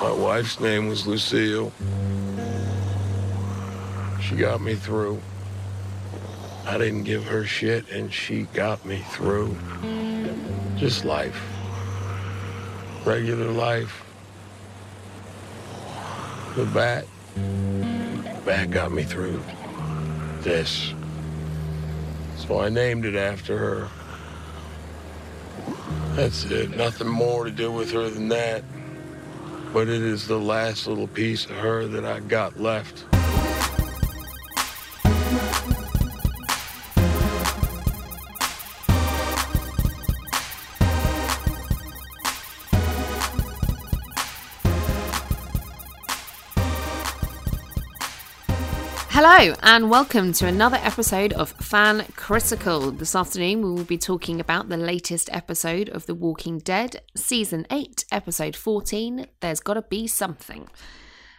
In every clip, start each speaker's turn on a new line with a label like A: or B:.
A: My wife's name was Lucille. She got me through. I didn't give her shit, and she got me through. Just life. Regular life. The bat. Bat got me through this. So I named it after her. That's it. Nothing more to do with her than that. But it is the last little piece of her that I got left.
B: Hello, and welcome to another episode of Fan Critical. This afternoon, we will be talking about the latest episode of The Walking Dead, Season 8, Episode 14 There's Gotta Be Something.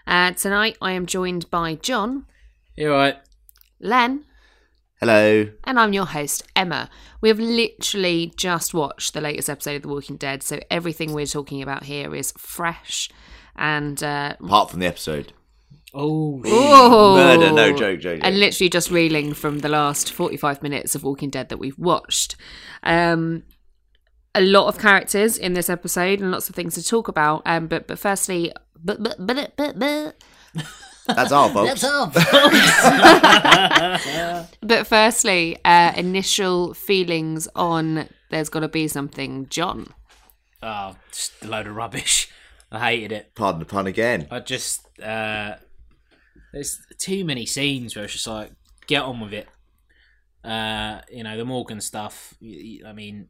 B: Uh, tonight, I am joined by John,
C: You're right.
B: Len,
D: Hello.
B: and I'm your host, Emma. We have literally just watched the latest episode of The Walking Dead, so everything we're talking about here is fresh and uh,
D: Apart from the episode.
C: Oh,
B: Oh,
D: Murder, no joke, joke, joke.
B: And literally just reeling from the last 45 minutes of Walking Dead that we've watched. Um, a lot of characters in this episode and lots of things to talk about. Um, but but firstly, but but but but but,
D: That's our fault.
B: but firstly, uh, initial feelings on there's got to be something, John.
C: oh, just a load of rubbish. I hated it.
D: Pardon the pun again.
C: I just uh, there's too many scenes where it's just like get on with it. Uh, you know the Morgan stuff. y- y- I mean,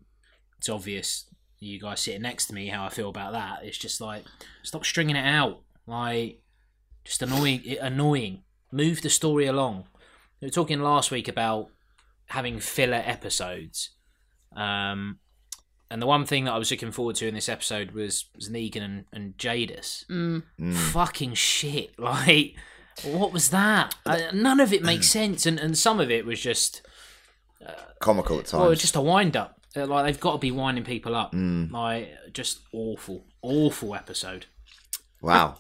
C: it's obvious. You guys sitting next to me, how I feel about that. It's just like stop stringing it out. Like just annoying. it- Annoying. Move the story along. We were talking last week about having filler episodes. Um, and the one thing that I was looking forward to in this episode was, was Negan and, and Jadis
B: Mm.
C: fucking shit. Like, what was that? I, none of it makes sense, and, and some of it was just
D: Comical at times.
C: well, just a wind up. Uh, Like they've got to be winding people up.
B: Mm.
C: Like, just awful, awful episode.
D: wow.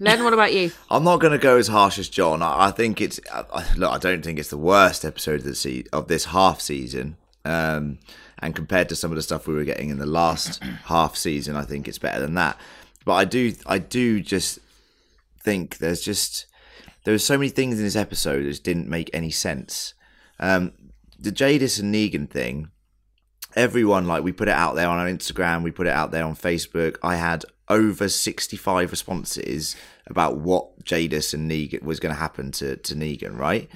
B: Len, what about you?
D: I'm not going to go as harsh as John. I, I think it's I, I, look. I don't think it's the worst episode of the se- of this half season. Um, and compared to some of the stuff we were getting in the last half season, I think it's better than that. But I do, I do just think there's just there were so many things in this episode that just didn't make any sense. Um, the Jadis and Negan thing, everyone like we put it out there on our Instagram, we put it out there on Facebook. I had over 65 responses about what Jadis and Negan was going to happen to to Negan, right?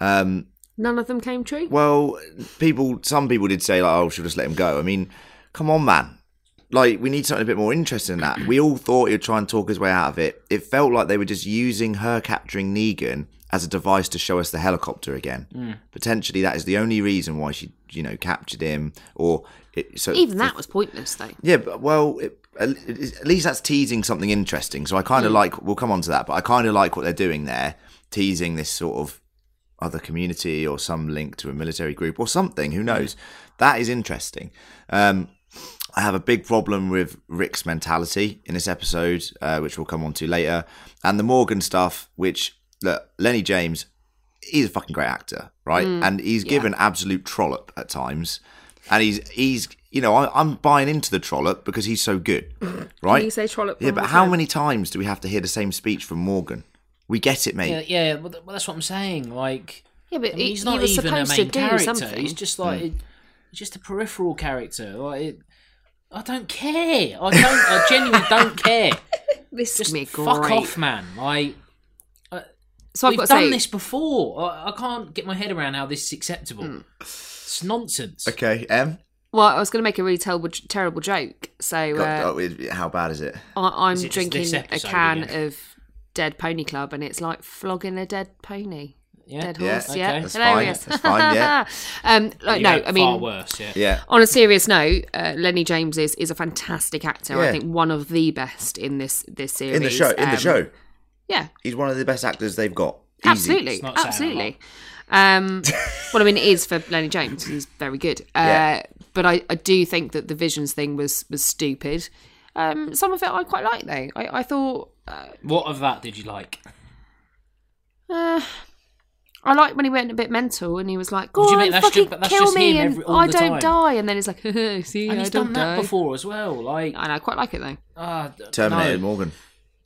D: Um,
B: None of them came true.
D: well, people, some people did say like, "Oh, she'll just let him go." I mean, come on, man. Like, we need something a bit more interesting than that. We all thought he'd try and talk his way out of it. It felt like they were just using her capturing Negan as a device to show us the helicopter again. Potentially, that is the only reason why she, you know, captured him. Or it, so
B: Even that was pointless, though.
D: yeah, but, well, it, at at least that's teasing something interesting. So I kind of like. We'll come on to that, but I kind of like what they're doing there, teasing this sort of other community or some link to a military group or something. Who knows? That is interesting. Um, I have a big problem with Rick's mentality in this episode, uh, which we'll come on to later, and the Morgan stuff, which look, Lenny James he's a fucking great actor, right?
B: Mm.
D: and he's given absolute trollop at times, and he's he's you know I, I'm buying into the trollop because he's so good, right?
B: you say trollop
D: Yeah,
B: one
D: but
B: more
D: how
B: time?
D: many times do we have to hear the same speech from Morgan? We get it, mate.
C: Yeah, yeah. Well, th- well, that's what I'm saying. Like,
B: Yeah, but
C: I mean,
B: it-
C: he's not
B: he was
C: even a
B: supposed to
C: main
B: do
C: character.
B: something. Mm.
C: He's just like it- he's just a peripheral character. Like, it, I don't care. I don't. I genuinely don't care.
B: this is
C: Just
B: gonna be great.
C: fuck off, man. Like.
B: So I've
C: We've
B: got
C: done
B: to say,
C: this before. I, I can't get my head around how this is acceptable.
B: Hmm.
C: It's nonsense.
D: Okay, M.
B: well, I was going to make a really terrible, terrible joke. So
D: God,
B: uh,
D: oh, it- how bad is it?
B: I, I'm
C: Is it just this
B: drinking a
C: episode
B: can
C: again?
B: of Dead Pony Club, and it's like flogging a dead pony,
C: Yeah.
B: dead
D: Yeah,
B: horse. Yeah,
C: okay.
D: That's
B: hilarious.
D: fine. That's fine. Yeah,
B: um, like
C: You
B: no,
C: had
B: I mean,
C: far worse. Yeah.
D: yeah.
B: on a serious note, uh, Lenny James is, is a fantastic actor. I
D: Yeah.
B: think one of the best in this this series.
D: In the show, in the
B: Um,
D: show,
B: yeah,
D: he's one of the best actors they've got. Easy.
B: absolutely,
C: not saying a
B: absolutely. Um, well, I mean, it is for Lenny James. He's very good. Uh,
D: Yeah.
B: But I, I do think that the visions thing was was stupid. Um, some of it I quite like though. I, I thought
C: What of that did you like?
B: Uh, I like when he went a bit mental and he was like, "Go
C: Would you
B: on,
C: make- that's
B: fucking
C: ju- that's
B: kill
C: just
B: me,
C: him
B: and
C: every- all
B: I
C: the
B: don't
C: time.
B: die." And then he's like, "See,
C: And
B: I
C: he's
B: don't
C: done
B: die."
C: that before as well. Like,
B: And I quite like it though.
C: ah, d-
D: Terminator
C: no.
D: Morgan.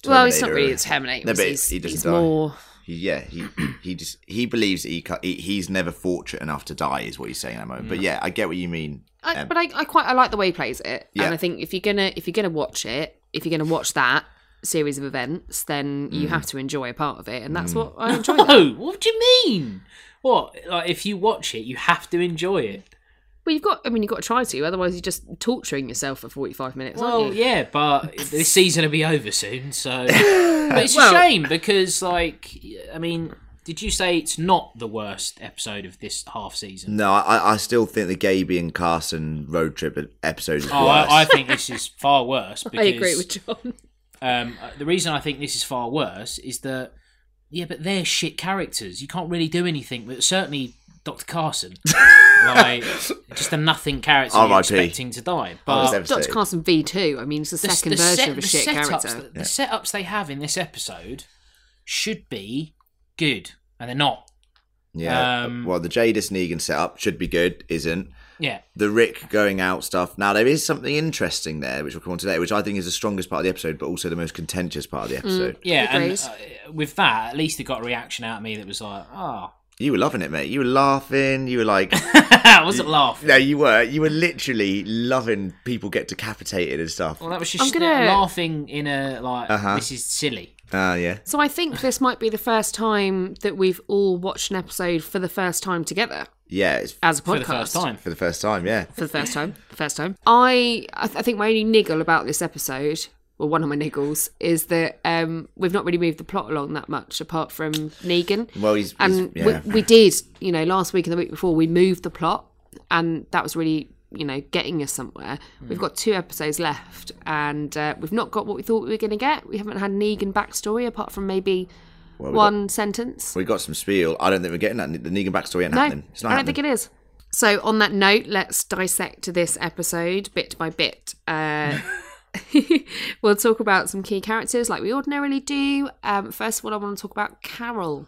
B: well, it's not
D: Terminator.
B: really a Terminator.
D: No,
B: because
D: but
B: he's,
D: he doesn't
B: he's
D: die.
B: more.
D: He, yeah, he he just he believes that he, ca- he he's never fortunate enough to die is what he's saying at the moment.
B: Mm.
D: But yeah, I get what you mean.
B: I,
D: Um,
B: but I, I quite I like the way he plays it,
D: Yeah.
B: and I think if you're gonna if you're gonna watch it, if you're gonna watch that series of events, then
D: Mm.
B: you have to enjoy a part of it, and that's what I enjoy. that.
C: No, what do you mean? What? Like, if you watch it, you have to enjoy it.
B: Well, you've got I mean you've got to try to, otherwise you're just torturing yourself for 45 minutes.
C: Well,
B: aren't you?
C: yeah, but this season will be over soon, so. but it's
B: Well-
C: a shame because, like, I mean, did you say it's not the worst episode of this half season?
D: No, I I still think the Gaby and Carson road trip e, episode is
C: Oh,
D: worse.
C: I, I think this is far worse. Because,
B: I agree with John.
C: Um, uh, the reason I think this is far worse is that, yeah, but they're shit characters. You can't really do anything, but certainly Dr. Carson. like, just a nothing character you're
D: R.I.P..
C: expecting to
B: Oh,
C: die.
D: I was
C: But
D: devastated.
B: Dr. Carson V2. I mean, it's the,
C: the-
B: second
C: the
B: version
C: set-
B: of a
C: the
B: shit
C: setups
B: character.
C: that- The setups they have in this episode should be good, and they're not.
D: Yeah.
C: Um,
D: well, the Jadis Negan setup should be good, isn't?
C: Yeah,
D: The Rick going out stuff. Now there is something interesting there, which we'll come on today, which I think is the strongest part of the episode, but also the most contentious part of
B: Mm,
D: the episode.
C: yeah. And
B: Agrees.
C: uh, with that, at least it got a reaction out of me that was like, "Ah,
D: You were loving it, mate. You were laughing. You were like,
C: I wasn't laughing."
D: no, you were. You were literally loving people get decapitated and stuff.
C: Well,
D: Oh
C: that was just uh,
B: I'm gonna-
C: laughing in a like,
D: Uh-huh.
C: "This is silly."
D: Ah, yeah.
B: So I think this might be the first time that we've all watched an episode for the first time together
D: Yeah, it's
B: as a podcast.
C: for the first time.
D: for the first time. Yeah.
B: For the first time. First time. I I, th- I think my only niggle about this episode, well, one of my niggles, is that um, we've not really moved the plot along that much, apart from Negan.
D: Well, he's, he's-
B: and
D: yeah.
B: we, we did you know last week and the week before we moved the plot and that was really you know getting us somewhere
D: Hmm.
B: we've got two episodes left and uh, we've not got what we thought we were going to get we haven't had negan backstory apart from maybe
D: we
B: one sentence
D: we got some spiel. I don't think we're getting that. The Negan backstory ain't
B: no i
D: happening. It's not
B: don't
D: happening.
B: think it is so on that note let's dissect this episode bit by bit uh, we'll talk about some key characters like we ordinarily do um, first of all i want to talk about carol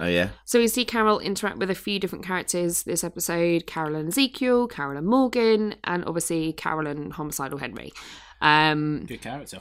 D: oh yeah.
B: So we see Carol interact with a few different characters this episode Carol and Ezekiel, Carol and Morgan, and obviously Carol and Homicidal Henry. Um,
C: Good character.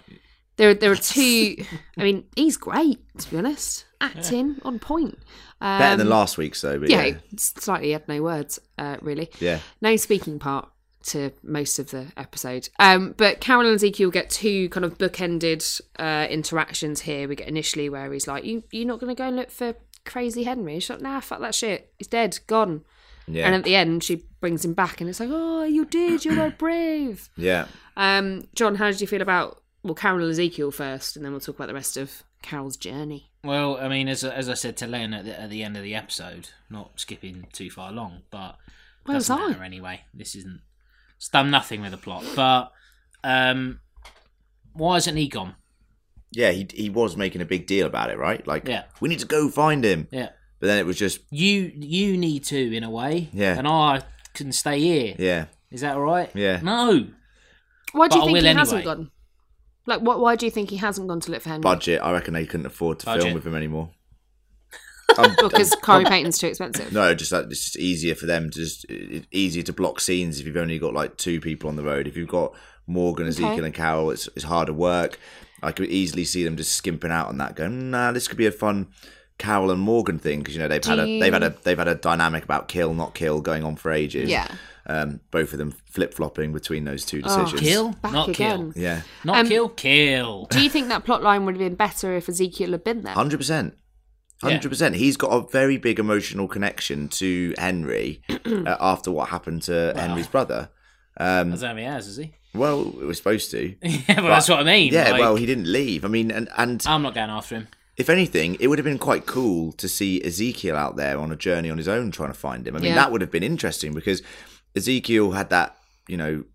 B: there, there are two. I mean, he's great, to be honest. Acting on point. Um,
D: Better than last week's though. But
B: yeah,
D: yeah.
B: slightly had no words, uh, really.
D: Yeah.
B: No speaking part to most of the episode. Um, but Carol and Ezekiel get two kind of bookended uh, interactions here. We get initially where he's like, you, You're not going to go and look for crazy Henry? She's like, Nah, fuck that shit. He's dead, gone.
D: Yeah.
B: And at the end, she brings him back and it's like, Oh, you did. You were brave.
D: yeah.
B: Um, John, how did you feel about, well, Carol and Ezekiel first, and then we'll talk about the rest of Carol's journey?
C: Well, I mean, as as I said to Len at the, at the end of the episode, not skipping too far along, but it
B: Where was
C: doesn't
B: I?
C: matter anyway. This isn't it's done nothing with the plot. But um, why isn't he gone?
D: Yeah, he he was making a big deal about it, right? Like,
C: Yeah.
D: we need to go find him.
C: Yeah,
D: But then it was just,
C: you you need to in a way.
D: Yeah.
C: and I can stay here. Is
D: yeah,
C: that all right?
D: Yeah.
C: No,
B: Why do
C: But
B: you
C: I
B: think he
C: will
B: hasn't
C: anyway.
B: gone? Like, what, why do you think he hasn't gone to look for Henry?
D: budget. I reckon they couldn't afford to film
C: Budget.
D: with him anymore. Um,
B: because Corey Payton's too expensive.
D: no, just that it's just easier for them to just it- easier to block scenes if you've only got like two people on the road. If you've got Morgan, Ezekiel, and Carol, it's it's harder work. I could easily see them just skimping out on that, going, nah, this could be a fun Carol and Morgan thing because you know they've had a
B: you-
D: they've had a they've had a dynamic about kill not kill going on for ages.
B: Yeah. Oh.
D: um, both of them flip flopping between those two decisions.
C: kill,
B: Back
C: not
B: again. Um,
C: kill,
D: Yeah,
C: not kill, kill.
B: Do you think that plot line would have been better if Ezekiel had been there?
D: hundred percent. Hundred percent. He's got a very big emotional connection to Henry uh, after what happened to Henry's brother. um,
C: I don't know if he has, is he?
D: Well, we were supposed to.
C: yeah, but that's what I mean.
D: Yeah,
C: like,
D: well, he didn't leave. I mean, and and
C: I'm not going after him.
D: if anything, it would have been quite cool to see Ezekiel out there on a journey on his own trying to find him. I mean,
B: Yeah.
D: that would have been interesting because Ezekiel had that, you know,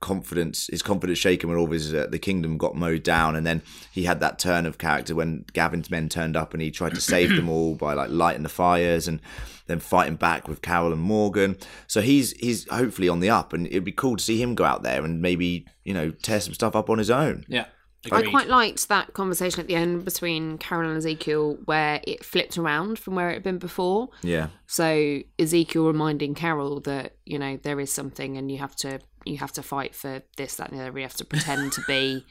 D: confidence, his confidence shaken when all of his uh, the kingdom got mowed down, and then he had that turn of character when Gavin's men turned up and he tried to save them all by like lighting the fires and then fighting back with Carol and Morgan. So he's he's hopefully on the up, and it'd be cool to see him go out there and maybe you know tear some stuff up on his own.
C: Yeah.
B: I
C: Agreed.
B: quite liked that conversation at the end between Carol and Ezekiel, where it flipped around from where it had been before.
D: Yeah,
B: So Ezekiel reminding Carol that you know there is something, and you have to you have to fight for this, that, and the other. You have to pretend to be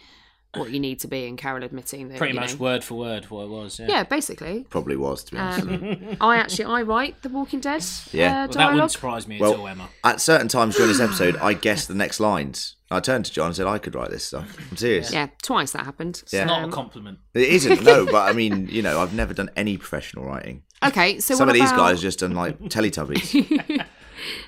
B: what you need to be, and Carol admitting that
C: Pretty
B: you
C: much
B: know-
C: word for word what it was. Yeah.
B: yeah, basically.
D: probably was to be honest.
B: Um, I actually I write the Walking Dead
D: Yeah.
B: uh,
C: Well, that wouldn't
B: dialogue.
C: surprise me
D: Well-
C: at all, Emma.
D: At certain times during this episode, I guessed the next lines. I turned to John and said, "I could write this stuff." I'm serious.
B: Yeah, twice that happened.
D: Yeah.
C: Not
B: Um,
C: a compliment.
D: It isn't no, but I mean, you know, I've never done any professional writing.
B: okay, so
D: Some
B: what
D: of these
B: about-
D: guys just done like Teletubbies.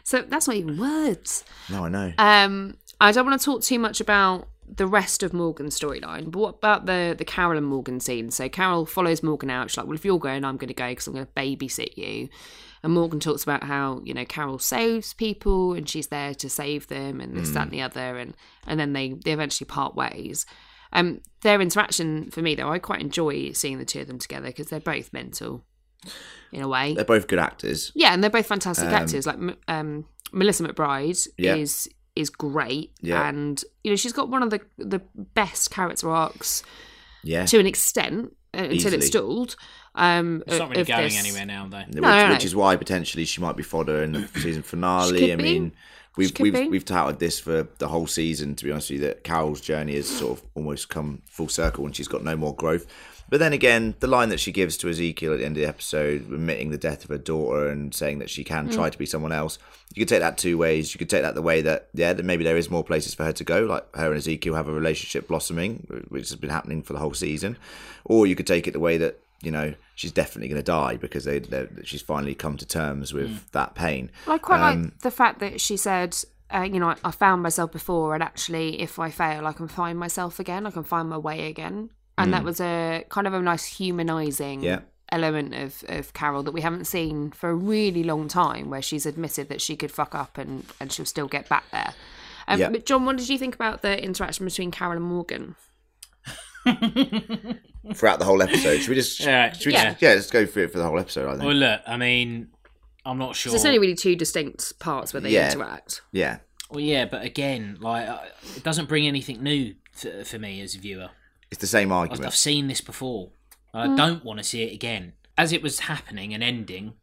B: So that's not even words.
D: no, I know.
B: Um, I don't want to talk too much about the rest of Morgan's storyline, but what about the the Carol and Morgan scene? So Carol follows Morgan out. She's like, "Well, if you're going, I'm going to go because I'm going to babysit you." And Morgan talks about how you know Carol saves people and she's there to save them and this, that, and the other, and and then they they eventually part ways. Um, their interaction for me though, I quite enjoy seeing the two of them together because they're both mental in a way.
D: They're both good actors.
B: Yeah, and they're both fantastic
D: Um,
B: actors. Like M- um, Melissa McBride
D: Yeah.
B: is is great,
D: Yeah.
B: and you know she's got one of the the best character arcs
D: Yeah,
B: to an extent uh, until
D: Easily.
B: it's stalled. Um,
C: It's not really
B: of
C: going
B: this.
C: anywhere now, though.
D: which,
B: no, no.
D: which is why potentially she might be fodder in the season finale.
B: She could
D: I
B: be.
D: mean, we've
B: could
D: we've
B: be.
D: we've touted this for the whole season. To be honest with you, that Carol's journey has sort of almost come full circle, and she's got no more growth. But then again, the line that she gives to Ezekiel at the end of the episode, admitting the death of her daughter and saying that she can try to be someone else, you could take that two ways. You could take that the way that yeah, that maybe there is more places for her to go, like her and Ezekiel have a relationship blossoming, which has been happening for the whole season, or you could take it the way that you know she's definitely going to die because they, they're- she's finally come to terms with that pain.
B: I quite
D: Um,
B: like the fact that she said, uh, you know, I, I found myself before, and actually, if I fail, I can find myself again. I can find my way again. And that was a kind of a nice humanizing
D: Mm. Yeah.
B: element of, of Carol that we haven't seen for a really long time, where she's admitted that she could fuck up and, and she'll still get back there. Um,
D: Yeah.
B: But John, what did you think about the interaction between Carol and Morgan?
D: throughout the whole episode. Should we just?
C: All right.
D: Should we
B: Yeah.
D: Just, yeah, let's go through it for the whole episode. I think.
C: Well, look, I mean, I'm not sure.
B: So it's only really two distinct parts where they
D: Oh. Yeah.
B: interact.
D: yeah,
C: Well, yeah, but again, like I- it doesn't bring anything new for, for me as a viewer.
D: it's the same
C: I've,
D: argument.
C: I've seen this before. I
B: Mm.
C: don't want to see it again. As it was happening and ending,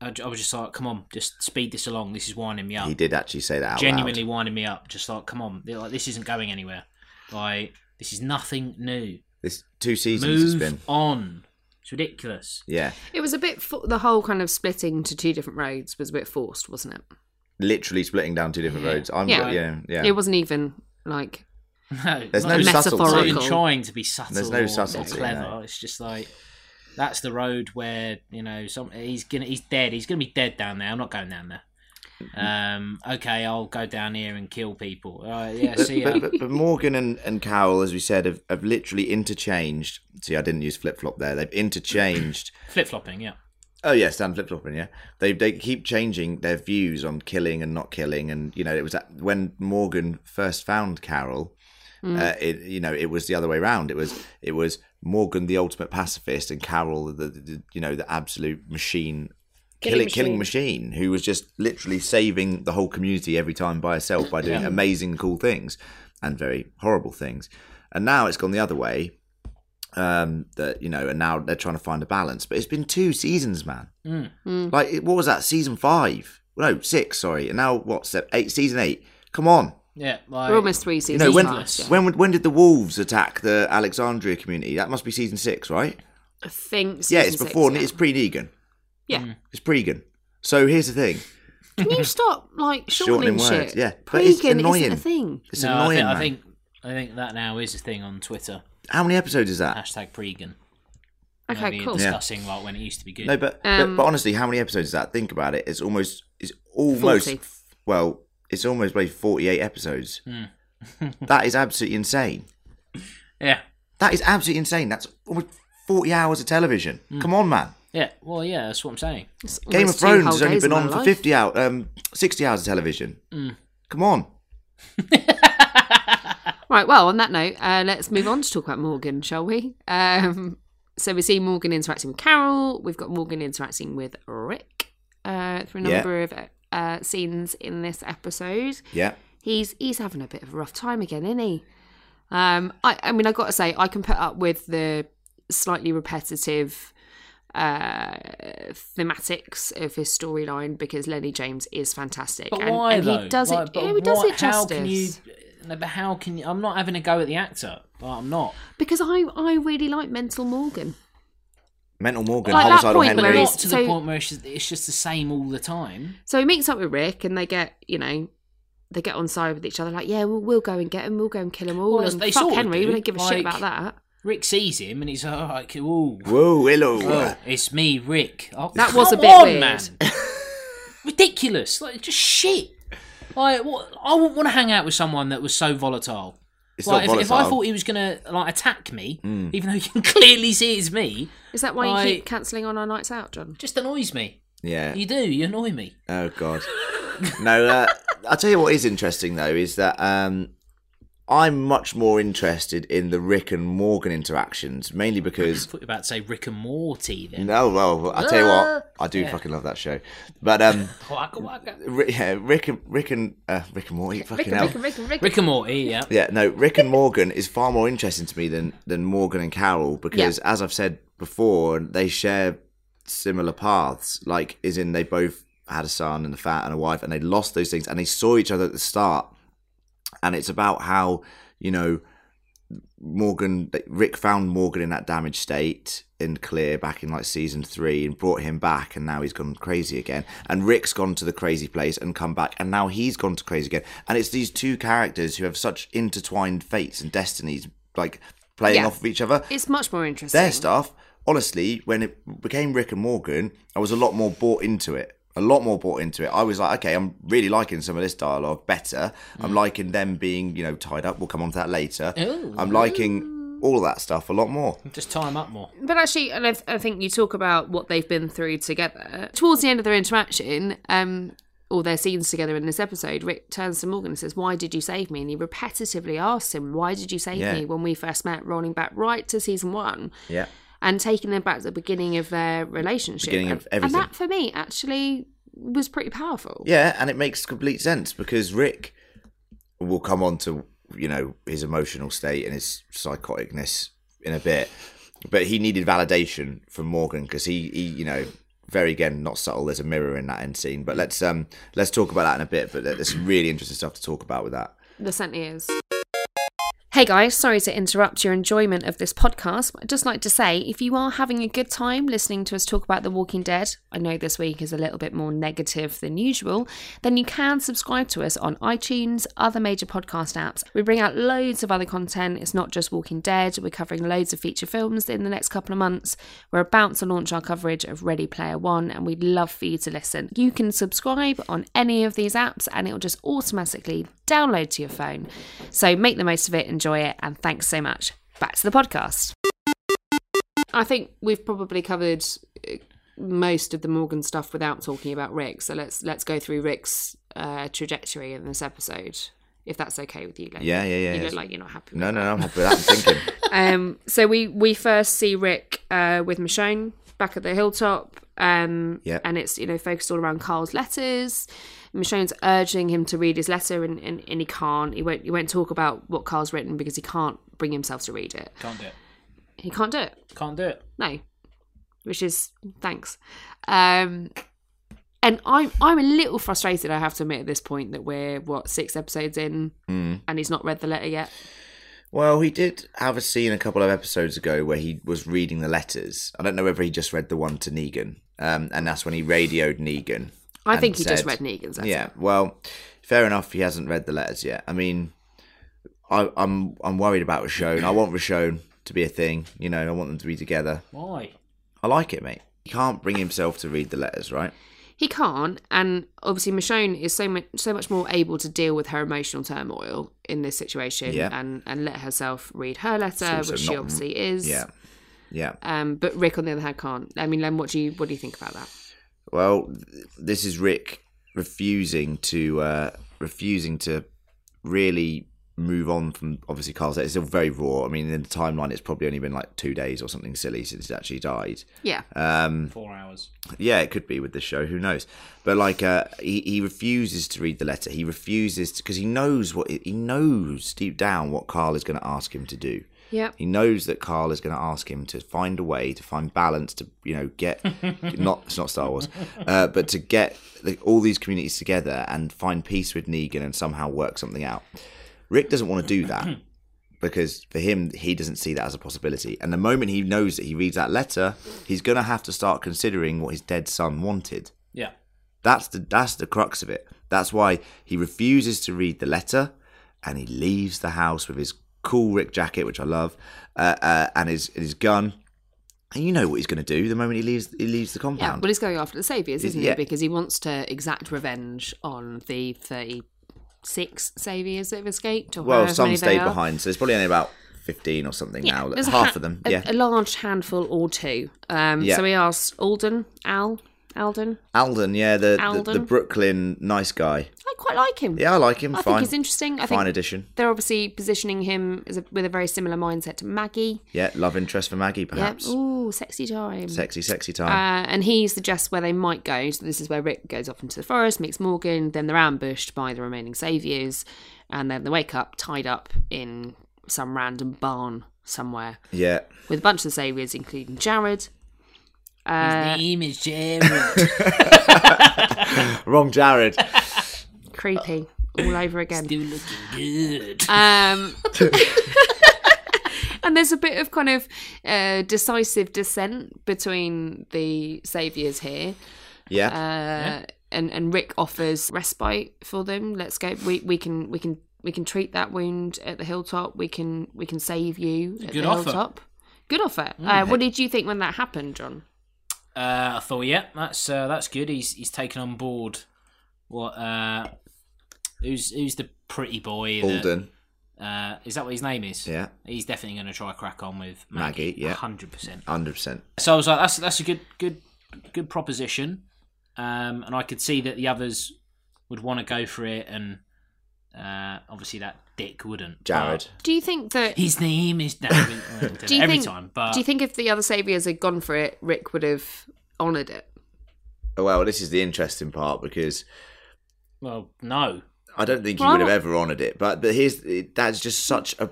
C: I, j- I was just like, "Come on, just speed this along. This is winding me up.
D: He did actually say that out
C: Genuinely
D: loud.
C: winding me up. Just like, come on, like this isn't going anywhere. Like this is nothing new.
D: This two seasons it's
C: Move
D: been.
C: on. It's ridiculous.
D: Yeah,
B: It was a bit, fo- the whole kind of splitting to two different roads was a bit forced, wasn't it?
D: literally splitting down two different
C: Yeah.
D: roads. I'm
B: Yeah.
D: yeah, yeah.
B: It wasn't even like
C: No,
D: There's
C: not
D: no
C: even-
D: subtlety.
C: not even
B: Metaphorical.
C: trying to be subtle.
D: There's no
C: or
D: subtlety,
C: Clever.
D: no.
C: It's just like that's the road where you know some he's gonna he's dead. He's gonna be dead down there. I'm not going down there. Um, okay, I'll go down here and kill people. All right, yeah,
D: But,
C: see ya.
D: but, but, but Morgan and, and Cowell, as we said, have, have literally interchanged. See, I didn't use flip flop there. They've interchanged
C: Flip flopping, yeah.
D: Oh yeah, Stan flip flopping. Yeah, they they keep changing their views on killing and not killing, and you know it was that when Morgan first found Carol, uh, it you know it was the other way around. It was it was Morgan the ultimate pacifist and Carol the, the, the you know the absolute machine. Killing, killing machine who was just literally saving the whole community every time by herself by doing amazing cool things and very horrible things and now it's gone the other way um that you know and now they're trying to find a balance but it's been two seasons man
C: Mm.
D: like it- what was that season five no six sorry and now what se- eight season eight come on
C: Yeah, like,
B: We're almost three
D: you
B: seasons
D: know when
B: past. yeah.
D: when would- when did the wolves attack the alexandria community that must be season six right
B: I think season
D: yeah it's
B: six,
D: before
B: yeah.
D: it's pre-negan
B: Yeah.
D: it's pre-negan so here's the thing
B: Can you stop like shortening,
D: Shortening words,
B: shit?
D: yeah. But it's
B: Pre-kin isn't a
D: annoying.
B: thing.
D: it's
C: no,
D: annoying
C: I
D: man.
C: think, I think I think that now is a thing on Twitter.
D: how many episodes is that
C: Hashtag Pregan.
B: Okay, cool.
D: Yeah.
C: Discussing like when it used to be good.
D: no but,
B: Um,
D: but but honestly how many episodes is that think about it it's almost it's almost
B: 40.
D: well it's almost like 48 episodes
C: Hmm.
D: that is absolutely insane
C: yeah,
D: That is absolutely insane. That's almost 40 hours of television.
C: Hmm.
D: Come on, man.
C: yeah. Well, yeah, that's what I'm saying.
B: It's
D: Game of
B: almost two
D: Thrones
B: whole
D: has only
B: days
D: been
B: of
D: on
B: my
D: for
B: life.
C: Hmm.
D: 50 out, um, 60 hours of television. Come on.
B: Right, well, on that note, uh, let's move on to talk about Morgan, shall we? Um, so we see Morgan interacting with Carol. We've got Morgan interacting with Rick uh, through a
D: Yeah.
B: number of uh, scenes in this episode.
D: Yeah.
B: He's he's having a bit of a rough time again, isn't he? Um, I, I mean, I got to say, I can put up with the slightly repetitive uh, thematics of his storyline because Lenny James is fantastic,
C: But
B: and,
C: why
B: and
C: though?
B: he does
C: Like,
B: it.
C: but
B: yeah, he does
C: what-
B: it justice.
C: How can you? No, but how can you? I'm not having a go at the actor. Like, I'm not.
B: Because I, I really like Mental Morgan.
D: Mental Morgan,
B: Like that
D: homicidal
B: point where
D: Henry.
B: he's-
C: Not to
B: so-
C: the point where it's just, it's just the same all the time.
B: So he meets up with Rick and they get, you know, they get on side with each other. Like, yeah, we'll, we'll go and get him. We'll go and kill him all.
C: Well,
B: and
C: they
B: fuck
C: sort of
B: Henry.
C: do,
B: we don't give a shit
C: like-
B: about that.
C: Rick sees him and he's like, all right, cool.
D: Whoa, hello.
C: Oh, it's me, Rick. Oh,
B: That
C: come
B: was a bit
C: on,
B: weird.
C: man. Ridiculous. Like just shit. Like what, I wouldn't want to hang out with someone that was so volatile.
D: It's
C: like
D: not
C: if, if I
D: volatile.
C: thought he was gonna like attack me,
B: Hmm.
C: even though you can clearly see it's me,
B: Is that why you
C: Like-
B: keep cancelling on our nights out, John?
C: just annoys me.
D: yeah.
C: You do. You annoy me.
D: Oh god. No, uh, I'll tell you what is interesting though is that um, I'm much more interested in the Rick and Morgan interactions, mainly because
C: I thought you were about to say Rick and Morty then.
D: no, well, I'll tell you what, I
C: Uh,
D: do
C: Yeah.
D: fucking love that show, but um,
C: Waka waka.
D: Rick, yeah, Rick and Rick and uh, Rick and Morty, fucking
B: Rick and
D: hell.
B: Rick and Rick and Rick.
C: Rick and Morty. Yeah.
D: Yeah, no, Rick and Morgan is far more interesting to me than than Morgan and Carol because, as I've said before, they share similar paths. Like, is in they both had a son and a fat and a wife, and they lost those things, and they saw each other at the start. And it's about how you know Morgan, Rick found Morgan in that damaged state in Clear back in like season three and brought him back, and now he's gone crazy again. And Rick's gone to the crazy place and come back, and now he's gone to crazy again. And it's these two characters who have such intertwined fates and destinies, like playing
B: Yeah.
D: off of each other.
B: It's much more interesting.
D: Their stuff, honestly, when it became Rick and Morgan, I was a lot more bought into it. A lot more bought into it. I was like, okay, I'm really liking some of this dialogue better. I'm liking them being, you know, tied up. We'll come on to that later.
C: Ooh.
D: I'm liking all that stuff a lot more.
C: Just tie him up more.
B: But actually, and I, th- I think you talk about what they've been through together. Towards the end of their interaction, um, or their scenes together in this episode, Rick turns to Morgan and says, Why did you save me? And he repetitively asks him, Why did you save
D: Yeah.
B: me when we first met, rolling back right to season one?
D: Yeah.
B: and taking them back to the beginning of their relationship.
D: Beginning of
B: And-
D: everything.
B: And that for me actually was pretty powerful.
D: Yeah, and it makes complete sense because Rick will come on to, you know, his emotional state and his psychoticness in a bit. But he needed validation from Morgan because he, he, you know, very again not subtle. There's a mirror in that end scene, but let's um let's talk about that in a bit. But there's some really interesting stuff to talk about with that.
B: The certainly is. Hey guys, sorry to interrupt your enjoyment of this podcast, but I'd just like to say if you are having a good time listening to us talk about The Walking Dead, I know this week is a little bit more negative than usual, then you can subscribe to us on iTunes, other major podcast apps. We bring out loads of other content. It's not just Walking Dead, we're covering loads of feature films in the next couple of months. We're about to launch our coverage of Ready Player One, and we'd love for you to listen. You can subscribe on any of these apps, and it'll just automatically download to your phone. So make the most of it, enjoy it, and thanks so much. Back to the podcast. I think we've probably covered uh, most of the Morgan stuff without talking about Rick. So let's let's go through Rick's uh, trajectory in this episode, if that's okay with you. Lane.
D: Yeah, yeah, yeah,
B: You
D: yeah.
B: look like you're not happy. With
D: No, no, no I'm happy with that. I'm thinking.
B: um, so we we first see Rick uh, with Michonne back at the hilltop, um,
D: Yep.
B: and it's you know focused all around Carl's letters. Michonne's urging him to read his letter, and, and, and he can't. He won't. He won't talk about what Carl's written because he can't bring himself to read it.
C: Can't do it.
B: He can't do it.
C: Can't do it.
B: No, which is thanks. Um, and I'm I'm a little frustrated. I have to admit at this point that we're what six episodes in,
D: Mm.
B: and he's not read the letter yet.
D: Well, he did have a scene a couple of episodes ago where he was reading the letters. I don't know whether he just read the one to Negan, um, and that's when he radioed Negan.
B: I
D: and
B: think he just
D: said-
B: read Negan's letter.
D: Yeah, well, fair enough. He hasn't read the letters yet. I mean, I, I'm I'm worried about Rashone. I want Rashone to be a thing. You know, I want them to be together.
C: Why?
D: I like it, mate. He can't bring himself to read the letters, right?
B: he can't and obviously Michonne is so much so much more able to deal with her emotional turmoil in this situation
D: Yeah.
B: and and let herself read her letter
D: also
B: which she
D: not-
B: obviously is
D: Yeah, yeah.
B: um but Rick on the other hand can't I mean Len what do you what do you think about that
D: Well, th- this is Rick refusing to uh, refusing to really move on from obviously Carl's death. It's still very raw. I mean, in the timeline, it's probably only been like two days or something silly since he's actually died.
B: Yeah.
D: Uh,
C: Four hours.
D: Yeah, it could be with this show. Who knows? But like, uh, he he refuses to read the letter. He refuses because he knows what he knows deep down what Carl is going to ask him to do.
B: Yep.
D: He knows that Carl is going to ask him to find a way to find balance to you know get not it's not Star Wars, uh, but to get the, all these communities together and find peace with Negan and somehow work something out. Rick doesn't want to do that because for him he doesn't see that as a possibility. And the moment he knows that he reads that letter, he's going to have to start considering what his dead son wanted.
C: Yeah.
D: That's the that's the crux of it. That's why he refuses to read the letter, and he leaves the house with his cool Rick jacket, which I love, uh, uh, and his his gun. And you know what he's going to do the moment he leaves he leaves the
B: Yeah,
D: compound.
B: well, he's going after the saviors, isn't
D: yeah.
B: he? Because he wants to exact revenge on the thirty-six saviors that have escaped. Or
D: well,
B: however
D: some
B: many they
D: stayed
B: are.
D: behind, so there's probably only about fifteen or something
B: Yeah,
D: now.
B: there's a
D: Half
B: ha-
D: of them,
B: a,
D: yeah.
B: a large handful or two. Um,
D: Yeah.
B: So he asked Alden, Al, Alden.
D: Alden, yeah, the, the the
B: Alden.
D: Brooklyn nice guy.
B: I quite like him.
D: Yeah, I like him.
B: I
D: fine,
B: think he's interesting. I
D: fine
B: think
D: addition.
B: they're obviously positioning him as a, with a very similar mindset to Maggie.
D: Yeah, love interest for Maggie,
B: Yep.
D: perhaps.
B: Ooh, sexy time.
D: Sexy, sexy time.
B: Uh, and he suggests where they might go. So this is where Rick goes off into the forest, meets Morgan. Then they're ambushed by the remaining saviors, and then they wake up tied up in some random barn somewhere
D: yeah.
B: with a bunch of the saviors, including Jared.
D: Uh,
C: His name is Jared.
D: Wrong Jared.
B: Creepy,
D: Uh,
B: all over again.
C: Still looking good.
B: Um, and there's a bit of kind of uh, decisive dissent between the saviors here.
D: Yeah.
B: Uh and and Rick offers respite for them. Let's go. We we can we can we can treat that wound at the hilltop. We can we can save you at
C: Good
B: the
C: offer.
B: hilltop. Good offer.
D: Mm,
B: Uh, what did you think when that happened, John?
C: Uh, I thought, yeah, that's uh, that's good. He's he's taken on board what uh, who's who's the pretty boy? that-
D: Alden.
C: uh, is that what his name is?
D: Yeah.
C: he's definitely going to try crack on with
D: Maggie,
C: Maggie.
D: yeah.
C: hundred percent.
D: Hundred percent.
C: So I was like, that's that's a good good good proposition, um, and I could see that the others would want to go for it, and uh, obviously that dick wouldn't.
D: Jared.
B: Do you think that?
C: But his name is no, I mean, I don't
B: Do
C: do that
B: you
C: every
B: think?
C: time, but
B: do you think if the other saviors had gone for it, Rick would have honoured it?
D: Uh, Well, this is the interesting part because
C: well, no,
D: I don't think he
B: Well,
D: would have
B: I-
D: ever honoured it. But but here's it- that's just such a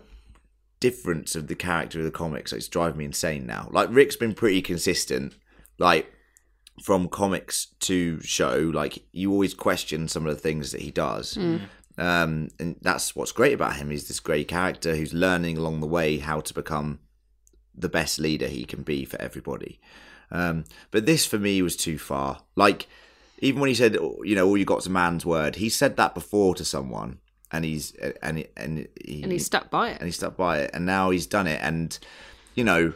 D: difference of the character of the comics. Like, it's driving me insane now. Like Rick's been pretty consistent, like from comics to show. Like you always question some of the things that he does. Um, and that's what's great about him is this great character who's learning along the way how to become the best leader he can be for everybody. Um, but this for me was too far. Like, even when he said, "Oh, you know, all you got's a man's word, he said that before to someone, and he's and he, and he
B: And he stuck by
D: and
B: it.
D: he stuck by it, and now he's done it, and you know,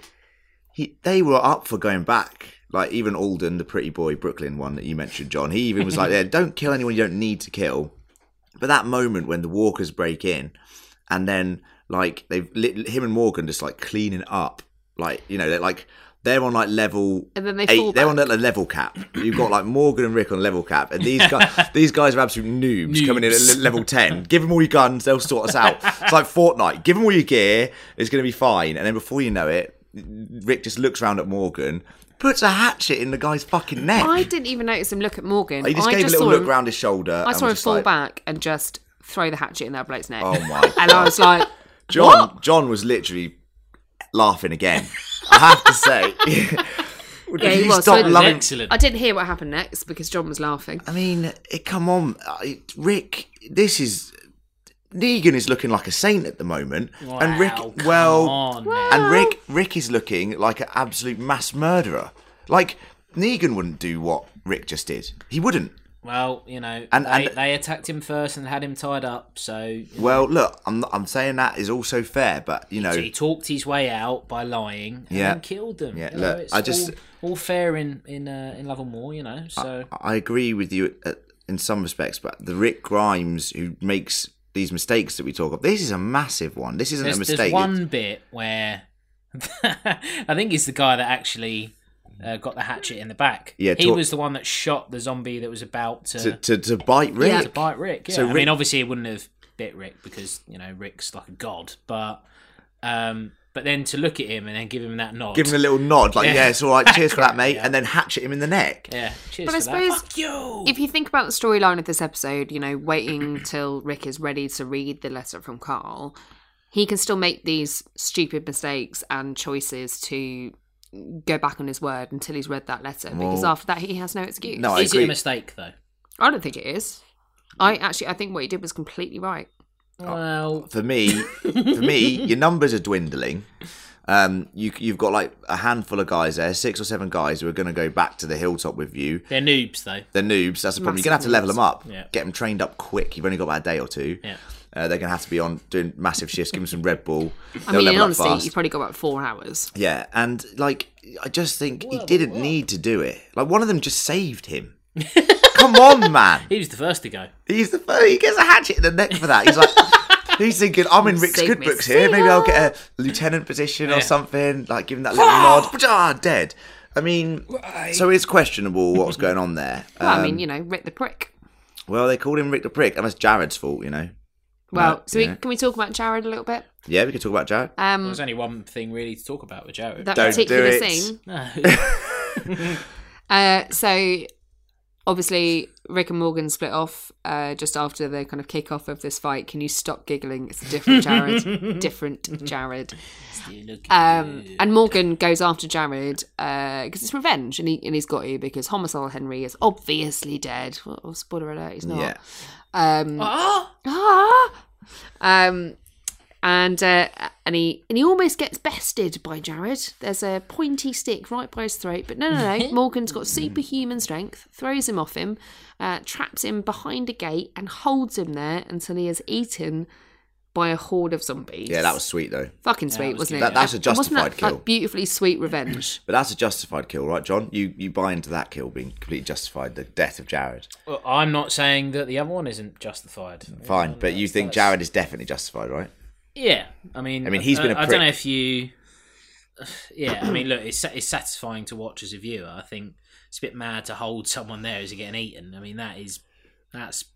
D: he they were up for going back. Like even Alden, the pretty boy Brooklyn one that you mentioned, John, he even was like, "Yeah, don't kill anyone you don't need to kill." But that moment when the walkers break in, and then like they've lit, him and Morgan just like cleaning up, like you know, they're like they're on like level.
B: And then they
D: eight,
B: fall
D: They're on like, a level cap. You've got like Morgan and Rick on level cap, and these guys, these guys are absolute noobs, coming in at
C: Noobs.
D: le- level ten. Give them all your guns, they'll sort us out. It's like Fortnite. Give them all your gear, it's going to be fine. And then before you know it, Rick just looks round at Morgan, puts a hatchet in the guy's fucking neck.
B: I didn't even notice him look at Morgan.
D: he just
B: I
D: gave
B: just
D: a little
B: saw
D: look
B: him,
D: round his shoulder.
B: I
D: and
B: saw
D: was
B: him
D: just
B: fall
D: like,
B: back and just throw the hatchet in that bloke's neck.
D: Oh my!
B: And I was like,
D: John John was literally laughing again. I have to say.
B: Yeah, he
D: You
B: was.
D: stop
B: So-
D: loving-
C: excellent.
B: I didn't hear what happened next because John was laughing.
D: I mean, eh, come on, I- Rick. This is Negan is looking like a saint at the moment, and Rick.
C: Wow, come
D: well,
C: on, man.
D: and Rick. Rick is looking like an absolute mass murderer. Like Negan wouldn't do what Rick just did. He wouldn't.
C: Well, you know,
D: And-
C: they,
D: and-
C: they attacked him first and had him tied up, so
D: Well, look, I'm I'm saying that is also fair, but you know,
C: he talked his way out by lying and
D: Yeah.
C: then killed them.
D: Yeah,
C: You know,
D: look,
C: it's
D: I just-
C: all, all fair in in uh, in love and war, you know. So
D: I agree with you uh, in some respects, but the Rick Grimes who makes these mistakes that we talk of, this is a massive one. This isn't
C: there's,
D: a
C: there's
D: mistake.
C: one bit where I think it's the guy that actually uh, got the hatchet in the back.
D: Yeah,
C: he
D: talk-
C: was the one that shot the zombie that was about to,
D: to, to, to bite Rick.
C: to bite Rick. Yeah,
D: So
C: I
D: Rick-
C: mean, obviously, it wouldn't have bit Rick because you know Rick's like a god, but um, but then to look at him and then give him that nod,
D: Give him a little nod, like,
C: Yeah.
D: yeah, it's all right, cheers for that, mate.
C: Yeah.
D: And then hatchet him in the neck.
C: yeah, cheers
B: But
C: for
B: I
C: that.
B: suppose
C: Fuck you.
B: If you think about the storyline of this episode, you know, waiting till Rick is ready to read the letter from Carl, he can still make these stupid mistakes and choices to go back on his word until he's read that letter because
D: Well-
B: after that he has no excuse.
D: No, I
C: Is it a
D: agree.
C: mistake though?
B: I don't think it is. I actually I think what he did was completely right.
D: Oh.
C: Well,
D: For me, for me, your numbers are dwindling. Um, you, you've got like a handful of guys there, six or seven guys who are going to go back to the hilltop with you.
C: they're noobs though.
D: They're noobs. That's the problem. You're gonna have to
B: Massive
D: level them up.
C: Yeah.
D: Get them trained up quick. You've only got about a day or two.
C: Yeah.
D: Uh, they're gonna have to be on doing massive shifts. Give them some Red Bull.
B: I mean,
D: They'll
B: in
D: level up
B: honesty,
D: fast.
B: you've probably got about four hours.
D: Yeah, and like I just think he didn't need to do it. Like one of them just saved him. Come on, man.
C: He was the first to go.
D: He's the first, he gets a hatchet in the neck for that. He's like, he's thinking, I'm in Rick's
B: Save
D: good
B: me,
D: books here. Maybe I'll get a lieutenant position or something. Like, give him that little nod. Ah, dead. I mean, so it's questionable what was going on there.
B: Well, I
D: Um,
B: mean, you know, Rick the prick.
D: well, they called him Rick the Prick, and that's Jared's fault, you know.
B: Well,
D: no,
B: so we,
D: yeah.
B: can we talk about Jared a little bit?
D: Yeah, we could talk about Jared.
B: Um,
C: There's only one thing really to talk about with Jared.
B: that
D: Don't do
B: particular
D: it.
B: scene.
C: No.
B: Uh, so obviously, Rick and Morgan split off uh, just after the kind of kick off of this fight. Can you stop giggling? It's a different Jared, different Jared.
C: You look
B: Um,
C: good.
B: and Morgan goes after Jared because it's revenge, and he and he's got you because homicidal Henry is obviously dead. Well, spoiler alert, he's not.
D: Yeah.
B: Um,
C: Ah!
B: ah! um and uh, and he and he almost gets bested by Jared. There's a pointy stick right by his throat, but no, no, no. Morgan's got superhuman strength. Throws him off him, uh, traps him behind a gate, and holds him there until he is eaten by a horde of zombies.
D: Yeah, that was sweet, though.
B: fucking sweet,
C: was
B: wasn't
C: good.
B: it?
D: That- that's a
B: And wasn't that,
D: justified kill.
B: Like, beautifully sweet revenge.
D: But that's a justified kill, right, John? You you buy into that kill being completely justified, the death of Jared.
C: Well, I'm not saying that the other one isn't justified.
D: Fine, but you think Jared is definitely justified, right?
C: Yeah, I mean,
D: I mean, he's been a
C: I don't know
D: prick.
C: if you. Yeah, I mean, look, it's, sa- it's satisfying to watch as a viewer. I think it's a bit mad to hold someone there as they're getting eaten. I mean, that is that's He's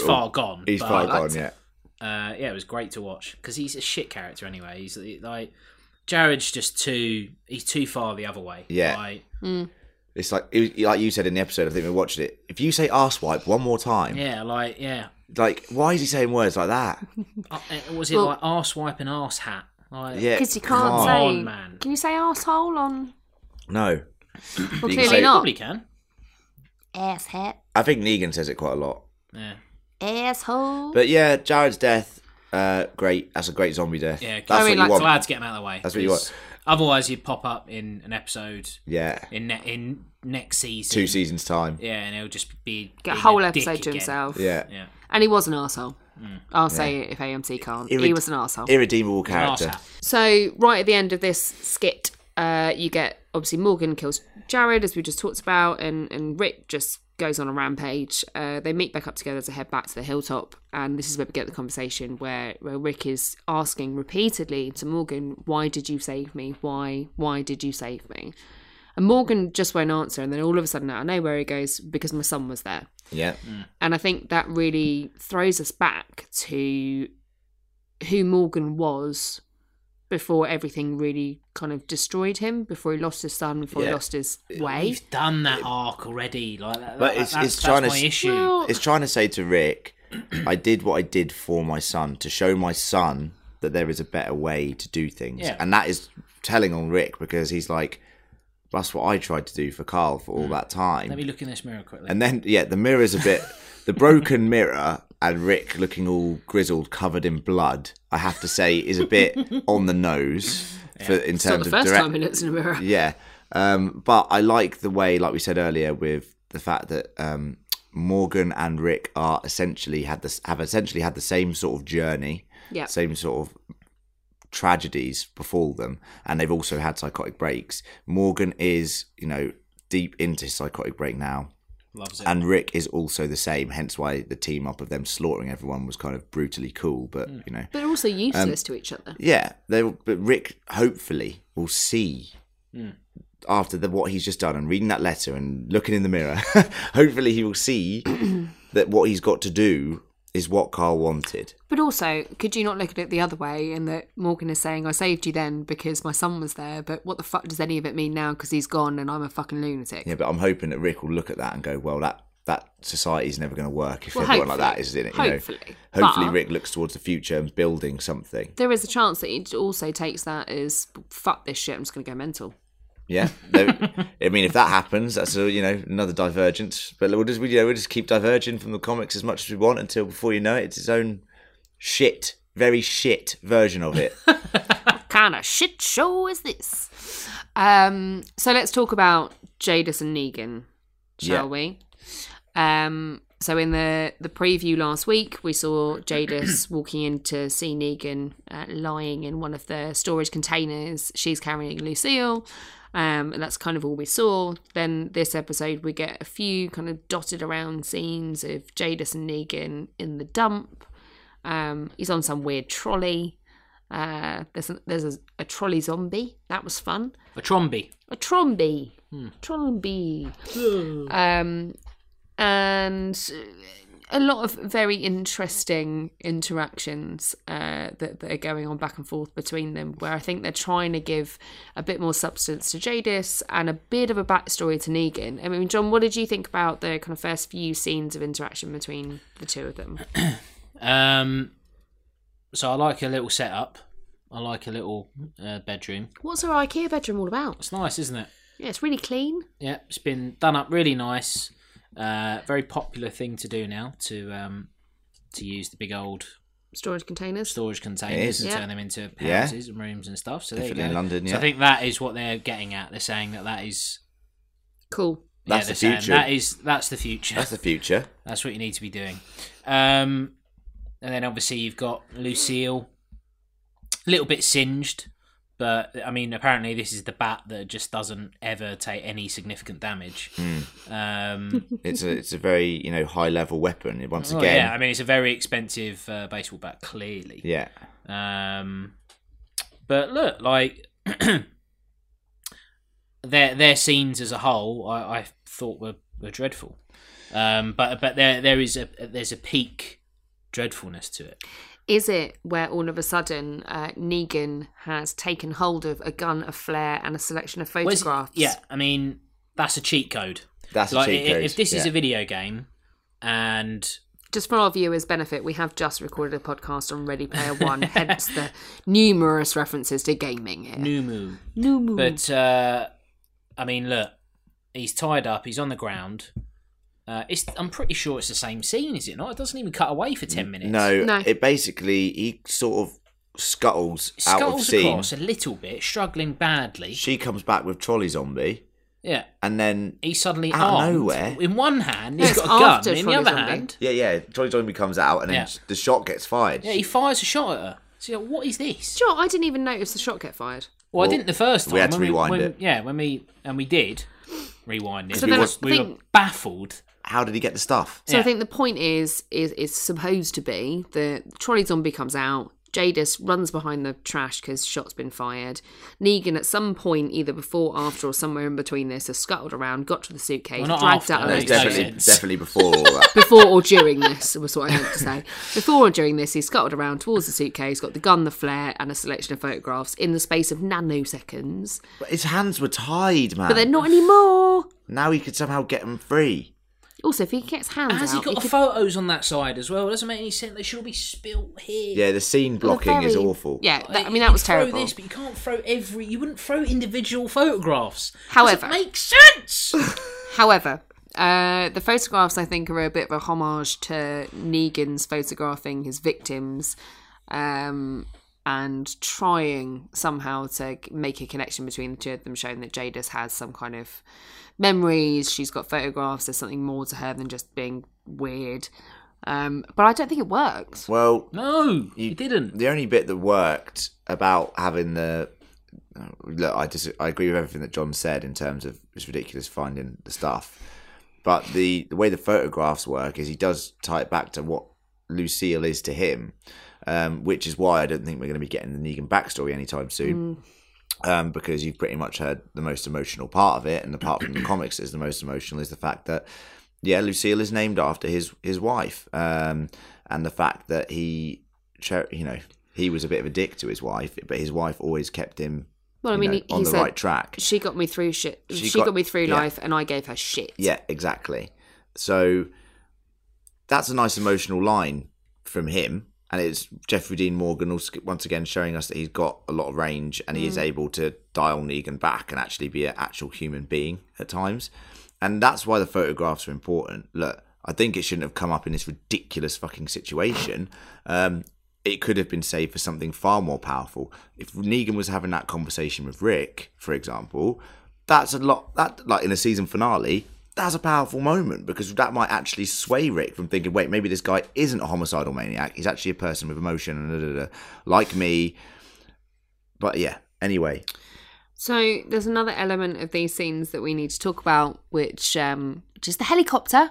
D: Brutal.
C: far gone.
D: He's
C: but,
D: far gone, yeah.
C: Uh, yeah, it was great to watch because he's a shit character anyway. He's like Jared's just too he's too far the other way.
D: Yeah.
C: Like,
D: It's like it was, like you said in the episode. I think we watched it. If you say arsewipe one more time,
C: yeah, like yeah.
D: like why is he saying words like that?
C: Uh, uh, was it
B: Well-
C: like arse wiping arse hat? Like,
D: Yeah,
B: Because you
D: come
B: can't
D: on.
C: say-
B: say.
C: on, man.
B: Can you say asshole on?
D: No,
B: Well,
D: You
B: clearly
D: say-
C: you
B: not.
C: probably can.
B: Asshat.
D: I think Negan says it quite a lot.
C: Yeah,
B: Asshole.
D: But yeah, Jared's death, uh, great. That's a great zombie death.
C: yeah.
D: that's
B: I mean,
D: what you
B: like,
D: want.
C: glad to get him out of the way.
D: That's what you want.
C: 'cause Otherwise, you'd pop up in an episode
D: yeah,
C: in ne- in next season.
D: two seasons time.
C: Yeah, and it'll just be
B: Get
C: being
B: a whole
C: dick
B: episode to
C: again.
B: himself.
D: Yeah,
C: Yeah,
B: And he was an arsehole. I'll say it if AMC can't.
D: Irrid-
B: he was an arsehole.
D: irredeemable
C: arse
D: character.
C: hat.
B: so right at the end of this skit, uh, you get obviously Morgan kills Jared as we just talked about, and and Rick just goes on a rampage. Uh, they meet back up together to head back to the hilltop, and this is where we get the conversation where where Rick is asking repeatedly to Morgan, "Why did you save me? Why why did you save me?" And Morgan just won't answer, and then all of a sudden out of nowhere he goes, "Because my son was there."
D: Yeah,
B: And I think that really throws us back to who Morgan was before everything really kind of destroyed him, before he lost his son, before he
D: Yeah.
B: lost his way.
C: We've done that arc already. Like, that,
D: But
C: that-
D: it's-
C: that's,
D: it's
C: that's
D: trying to
C: my
D: s-
C: issue.
B: Well-
D: it's trying to say to Rick, I did what I did for my son to show my son that there is a better way to do things,
C: Yeah.
D: and that is telling on Rick because he's like, that's what I tried to do for Carl for
B: Mm.
D: all that time.
C: Let me look in this mirror quickly.
D: And then, yeah, the mirror's a bit. the broken mirror and Rick looking all grizzled, covered in blood, I have to say, is a bit on the nose for, in
B: It's not
D: terms
B: the
D: of
B: first
D: direct.
B: time he looks in a mirror.
D: yeah. Um, but I like the way, like we said earlier, with the fact that um, Morgan and Rick are essentially had this have essentially had the same sort of journey,
B: Yeah.
D: same sort of tragedies befall them, and they've also had psychotic breaks. Morgan is, you know, deep into his psychotic break now.
C: Loves it.
D: And Rick is also the same, hence why the team up of them slaughtering everyone was kind of brutally cool. But you know,
B: But also
D: Um,
B: useless to each other.
D: yeah, they. But Rick hopefully will see
B: Hmm.
D: after the, what he's just done and reading that letter and looking in the mirror. hopefully, he will see that what he's got to do is what Carl wanted.
B: But also, could you not look at it the other way in that Morgan is saying, I saved you then because my son was there, but what the fuck does any of it mean now because he's gone and I'm a fucking lunatic?
D: Yeah, but I'm hoping that Rick will look at that and go, well, that that society's never going to work if
B: Well,
D: everyone like that
B: hopefully.
D: is in it. You
B: Hopefully.
D: know, hopefully
B: But-
D: Rick looks towards the future and building something.
B: There is a chance that he also takes that as fuck this shit, I'm just going to go mental.
D: Yeah, There- I mean, if that happens, that's a, you know another divergence. But we'll just we, you know, we'll just keep diverging from the comics as much as we want until before you know it, it's its own shit, very shit version of it.
B: kind of shit show is this? Um, so let's talk about Jadis and Negan,
D: Yeah.
B: shall we? Um, so in the the preview last week, we saw Jadis walking in to see Negan uh, lying in one of the storage containers. She's carrying Lucille. Um, and that's kind of all we saw. Then this episode, we get a few kind of dotted around scenes of Jadis and Negan in the dump. Um, he's on some weird trolley. Uh, there's a, there's a, a trolley zombie. That was fun.
C: A trombi.
B: A trombi. Trombi. um, and a lot of very interesting interactions uh, that, that are going on back and forth between them, where I think they're trying to give a bit more substance to Jadis and a bit of a backstory to Negan. I mean, John, what did you think about the kind of first few scenes of interaction between the two of them?
C: Um, so I like a little setup. I like a little uh, bedroom.
B: What's her IKEA bedroom all about?
C: It's nice, isn't it?
B: Yeah, it's really clean.
C: Yeah, it's been done up really nice. Uh, very popular thing to do now to um, to use the big old
B: Storage containers.
C: storage containers
D: is.
C: and
B: Yeah.
C: turn them into
D: Yeah.
C: houses and rooms and stuff. So
D: Definitely
C: there you
D: in
C: go.
D: London,
C: So
D: yeah.
C: I think that is what they're getting at. They're saying that that is
B: Cool.
C: yeah,
D: That's the
C: they're saying
D: future.
C: That is that's the future.
D: That's the future.
C: That's what you need to be doing. Um, and then obviously you've got Lucille, a little bit singed, but I mean, apparently this is the bat that just doesn't ever take any significant damage.
D: Hmm.
C: Um,
D: It's a it's a very you know high level weapon. Once
C: well,
D: again,
C: Oh, yeah, I mean, it's a very expensive uh, baseball bat, clearly.
D: yeah.
C: Um, but look, like their their scenes as a whole, I, I thought were, were dreadful. Um, but but there there is a there's a peak dreadfulness to it.
B: Is it where all of a sudden uh, Negan has taken hold of a gun, a flare, and a selection of
C: Whereas-
B: photographs?
C: yeah, I mean that's a cheat code.
D: That's a
C: like
D: cheat
C: i-
D: code,
C: if this is
D: yeah.
C: a video game and
B: Just for our viewers' benefit, we have just recorded a podcast on Ready Player One, hence the numerous references to gaming here.
C: Numu
B: Numu.
C: But uh, I mean, look, he's tied up. He's on the ground. Uh, it's, I'm pretty sure it's the same scene, is it not? It doesn't even cut away for ten minutes.
D: No,
B: No.
D: it basically he sort of scuttles, out of
C: scuttles
D: scene.
C: across a little bit, struggling badly.
D: She comes back with trolley zombie,
C: Yeah,
D: and then
C: he's suddenly
D: Out of
C: armed.
D: nowhere.
C: In one hand,
B: No,
C: he's
B: it's
C: got a gun.
B: after
C: In the
B: Trolley
C: other
B: Zombie.
C: hand,
D: yeah, yeah, trolley zombie comes out, and then
C: Yeah.
D: sh the shot gets fired.
C: yeah, he fires a shot at her. So you're like, what is this?
B: Do you know what? I didn't even notice the shot get fired.
C: Well, I
D: Well,
C: didn't the first time.
D: we had to
C: when
D: rewind
C: when-
D: it.
C: Yeah, when we and we did rewind it.
B: So
C: we
B: then
C: were,
B: I
C: we were
B: think-
C: baffled.
D: How did he get the stuff?
B: So I
C: Yeah.
B: think the point is is is supposed to be the trolley zombie comes out. Jadis runs behind the trash because shot's been fired. Negan, at some point, either before, after, or somewhere in between this, has scuttled around, got to the suitcase,
C: Well, not
B: dragged
C: after,
B: out a
C: no,
D: No,
B: load of
D: it's
C: no
B: shit.
D: definitely
C: sense.
D: definitely before all that.
B: Before or during this was what I meant to say. Before or during this, he scuttled around towards the suitcase, got the gun, the flare, and a selection of photographs in the space of nanoseconds.
D: But his hands were tied, man.
B: But they're
C: Ah.
B: not anymore.
D: now he could somehow get them free.
B: Also, if he gets hands
C: Has
B: out,
C: he got the
B: could-
C: photos on that side as well? It doesn't make any sense. They should all be spilt here.
D: Yeah, the scene
B: the
D: blocking is
B: very-
D: awful.
B: Yeah, that, I
C: You
B: mean that was
C: throw
B: terrible.
C: This, but you can't throw every. You wouldn't throw individual photographs.
B: However-
C: Doesn't make sense.
B: However, uh, the photographs I think are a bit of a homage to Negan's photographing his victims um, and trying somehow to g- make a connection between the two of them, showing that Jadis has some kind of memories, she's got photographs, there's something more to her than just being weird. Um, but I don't think it works.
D: Well,
C: no, you didn't.
D: the only bit that worked about having the look, I dis- I agree with everything that John said in terms of it's ridiculous finding the stuff, but the the way the photographs work is he does tie it back to what Lucille is to him, um, which is why I don't think we're going to be getting the Negan backstory anytime soon. Um, because you've pretty much heard the most emotional part of it, and apart from the comics, is the most emotional is the fact that yeah, Lucille is named after his his wife, um, and the fact that he, cher- you know, he was a bit of a dick to his wife, but his wife always kept him.
B: Well, I
D: you
B: mean,
D: know,
B: he,
D: on
B: he
D: the
B: said
D: right track.
B: she got me through shit. She,
D: She
B: got,
D: got-
B: me through
D: yeah.
B: life, and I gave her shit.
D: Yeah, exactly. So that's a nice emotional line from him. And it's Jeffrey Dean Morgan also, once again showing us that he's got a lot of range and he is able to dial Negan back and actually be an actual human being at times. And that's why the photographs are important. Look, I think it shouldn't have come up in this ridiculous fucking situation. Um, it could have been saved for something far more powerful. If Negan was having that conversation with Rick, for example, that's a lot that like in a season finale that's a powerful moment because that might actually sway Rick from thinking, wait, maybe this guy isn't a homicidal maniac. He's actually a person with emotion, and da, da, da, like me. But yeah, anyway,
B: So there's another element of these scenes that we need to talk about, which um, which is the helicopter.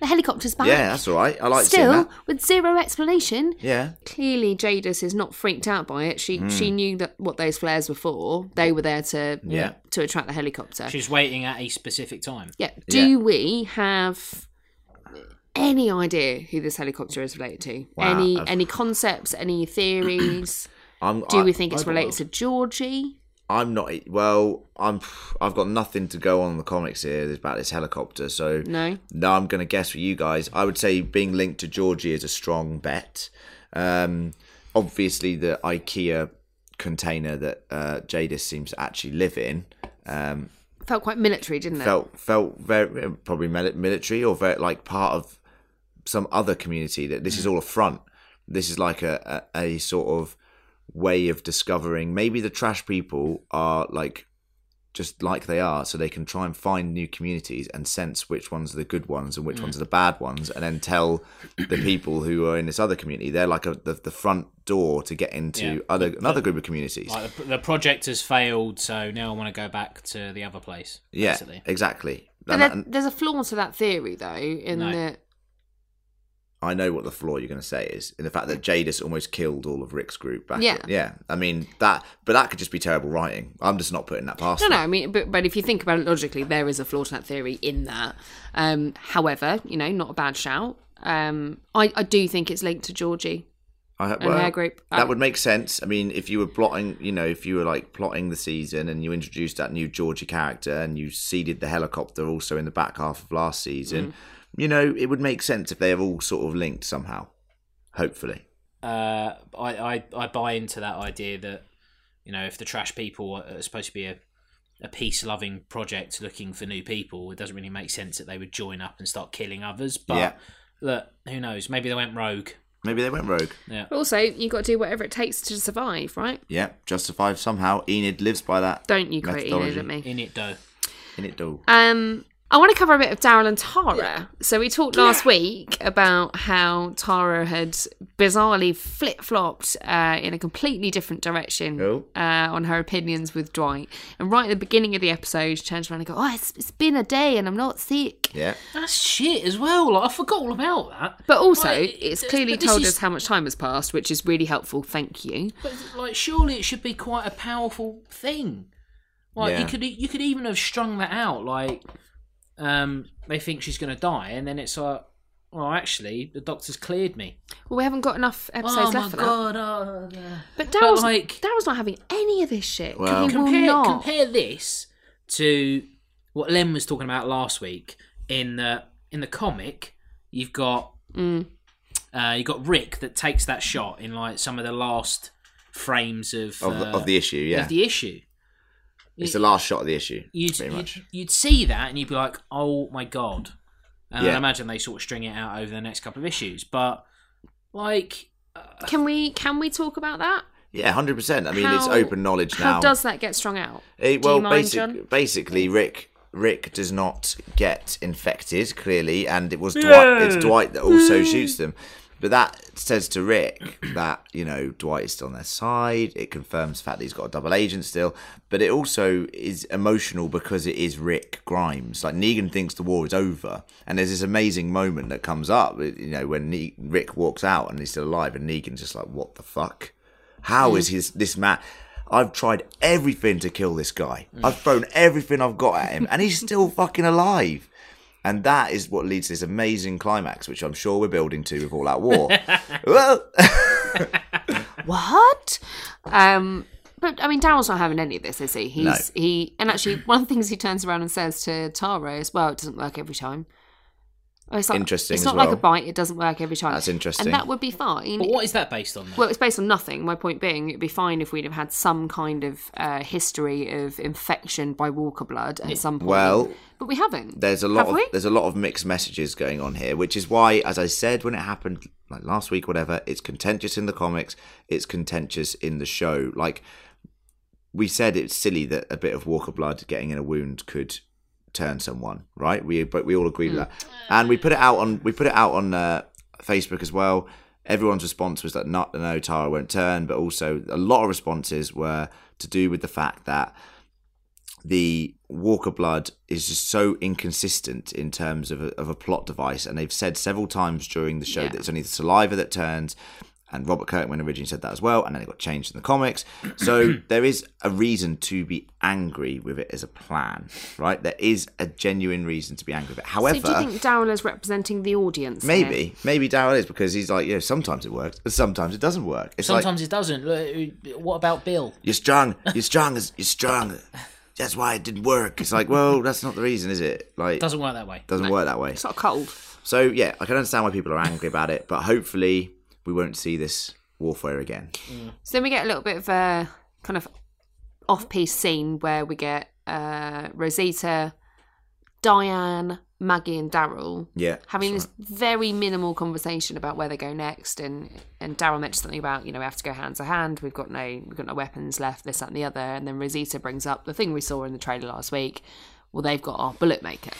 B: The helicopter's back.
D: yeah, that's all right. I like seeing
B: Still
D: that.
B: with zero explanation.
D: Yeah,
B: Clearly, Jadis is not freaked out by it. She she knew that what those flares were for. They were there to
D: Mm. Yeah.
B: to attract the helicopter.
C: She's waiting at a specific time.
B: Yeah. Do
D: Yeah.
B: we have any idea who this helicopter is related to?
D: Wow.
B: Any
D: I've-
B: any concepts? Any theories?
D: I'm.
B: Do
D: I,
B: we think it's related to Georgie?
D: I'm not. Well, I'm. I've got nothing to go on in the comics here about this helicopter. So
B: No.
D: No, I'm going to guess for you guys. I would say being linked to Georgie is a strong bet. Um, obviously, the IKEA container that uh, Jadis seems to actually live in
B: Felt quite military, didn't it?
D: felt felt very eh, probably mili- military or very, like part of some other community. That this is
C: Mm.
D: all a front. This is like a, a a sort of way of discovering maybe the trash people are like just like they are, so they can try and find new communities and sense which ones are the good ones and which
C: Mm.
D: ones are the bad ones, and then tell the people who are in this other community they're like a, the the front door to get into
C: Yeah.
D: other another group of communities.
C: Like the, the project has failed, so now I want to go back to the other place.
D: yeah,
C: basically.
D: exactly.
B: But
D: And-
B: there-
D: and-
B: there's a flaw to that theory, though, in
C: No.
B: that
D: I know what the flaw you're going to say is in the fact that Jadis almost killed all of Rick's group back.
B: Yeah.
D: yeah. I mean that, but that could just be terrible writing. I'm just not putting that past.
B: No, no.
D: them.
B: I mean, but but if you think about it logically, there is a flaw to that theory in that. Um, however, you know, not a bad shout. Um, I I do think it's linked to Georgie.
D: I,
B: And their group.
D: That
B: Uh,
D: would make sense. I mean, if you were plotting, you know, if you were like plotting the season and you introduced that new Georgie character and you seeded the helicopter also in the back half of last
B: Mm.
D: season, you know, it would make sense if they are all sort of linked somehow. Hopefully,
C: uh, I, I I buy into that idea that you know if the trash people are are supposed to be a, a peace loving project looking for new people, it doesn't really make sense that they would join up and start killing others. But
D: Yeah.
C: look, who knows? Maybe they went rogue.
D: maybe they went rogue.
B: But also, you got to do whatever it takes to survive, right?
D: Yeah, justified somehow. Enid lives by that.
B: Don't you quote Enid
D: Methodology.
B: at me.
C: In it though,
D: In it, though.
B: Um, I want to cover a bit of Daryl and Tara. So we talked last week about how Tara had bizarrely flip flopped uh, in a completely different direction
D: Oh.
B: uh, on her opinions with Dwight. And right at the beginning of the episode, she turns around and goes, "Oh, it's, it's been a day, and I'm not sick."
D: Yeah.
C: that's shit as well. Like I forgot all about that.
B: But also,
C: Like,
B: it's
C: but
B: clearly
C: this
B: told
C: is-
B: us how much time has passed, which is really helpful. Thank you.
C: But like, surely it should be quite a powerful thing. Like you
D: Yeah.
C: could e, you could even have strung that out. Like, um, they think she's gonna die, and then it's like, well, actually, the doctor's cleared me.
B: Well, we haven't got enough episodes
C: oh
B: left
C: my
B: for that.
C: god! Oh, yeah.
B: But Daryl's,
C: like-
B: Daryl's not having any of this shit.
D: Well-
B: he will
C: compare
B: not.
C: compare this to what Len was talking about last week in the in the comic. You've got uh, you got Rick that takes that shot in like some of the last frames of
D: Of,
C: uh,
D: the of the issue, yeah.
C: of the issue.
D: It's the last shot of the issue.
C: You'd,
D: pretty
C: you'd,
D: much.
C: you'd see that and you'd be like, oh my god. And I'd
D: Yeah.
C: imagine they sort of string it out over the next couple of issues. But, like,
B: Can we can we talk about that?
D: Yeah, hundred percent. I mean, it's
B: How-
D: open knowledge now.
B: How does that get strung out?
D: It-
B: Do
D: well,
B: you mind,
D: basic-
B: John?
D: basically, Rick Rick does not get infected clearly, and it was
C: Yeah.
D: Dwight, it's Dwight that also shoots them. But that says to Rick that you know Dwight is still on their side. It confirms the fact that he's got a double agent still, but it also is emotional because it is Rick Grimes. Like Negan thinks the war is over, and there's this amazing moment that comes up, you know, when ne- Rick walks out and he's still alive, and Negan's just like, "What the fuck? How
B: Mm.
D: is his this man? I've tried
B: Mm.
D: everything to kill this guy. I've thrown everything I've got at him, and he's still fucking alive." And that is what leads to this amazing climax, which I'm sure we're building to with All Out War. Well,
B: what? Um, but I mean, Daryl's not having any of this, is he? He's
D: No.
B: he, and actually, one of the things he turns around and says to Tara is, "Well, it doesn't work every time." Oh, it's like,
D: Interesting
B: It's
D: as
B: not like
D: well.
B: a bite; it doesn't work every time.
D: That's interesting.
B: and that would be fine.
C: But what is that based on? Though?
B: Well, it's based on nothing. My point being, it'd be fine if we'd have had some kind of uh, history of infection by Walker blood at some point.
D: well,
B: but we haven't.
D: there's a lot
B: Have
D: of
B: we?
D: there's a lot of mixed messages going on here, which is why, as I said when it happened like last week, whatever, it's contentious in the comics, it's contentious in the show. Like we said, it's silly that a bit of Walker blood getting in a wound could turn someone, right? We but we all agree with that, and we put it out on we put it out on uh, Facebook as well. Everyone's response was that not no Tara won't turn, but also a lot of responses were to do with the fact that the Walker blood is just so inconsistent in terms of a, of a plot device, and they've said several times during the show
B: Yeah.
D: that it's only the saliva that turns. And Robert Kirkman originally said that as well, and then it got changed in the comics. So there is a reason to be angry with it as a plan, right? There is a genuine reason to be angry with it. However,
B: so do you think Daryl is representing the audience? here?
D: maybe, maybe Daryl is because he's like, yeah, sometimes it works, but sometimes it doesn't work. It's like,
C: Sometimes it doesn't. Look, What about Bill?
D: you're strong. You're strong. as- You're strong. That's why it didn't work. It's like, well, that's not the reason, is it? Like, doesn't,
C: Doesn't work that way.
D: work that way.
B: It's not cold.
D: So yeah, I can understand why people are angry about it, but hopefully we won't see this warfare again.
B: So then we get a little bit of a kind of off piece scene where we get uh, Rosita, Diane, Maggie, and Daryl
D: Yeah,
B: having this very minimal conversation about where they go next. And and Daryl mentioned something about you know we have to go hand to hand. We've got no we've got no weapons left. This that, and the other. And then Rosita brings up the thing we saw in the trailer last week. Well, they've got our bullet maker.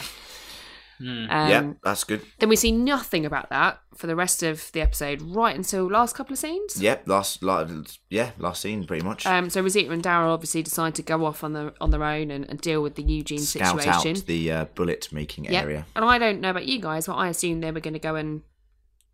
B: Um,
D: yeah, that's good.
B: Then we see nothing about that for the rest of the episode, right until last couple of scenes.
D: Yep, last, last, yeah, last scene pretty much.
B: Um, so Rosita and Daryl obviously decide to go off on their on their own and, and deal with the Eugene
D: Scout
B: situation.
D: out the uh, bullet making
B: Yep.
D: area.
B: And I don't know about you guys, but I assumed they were going to go and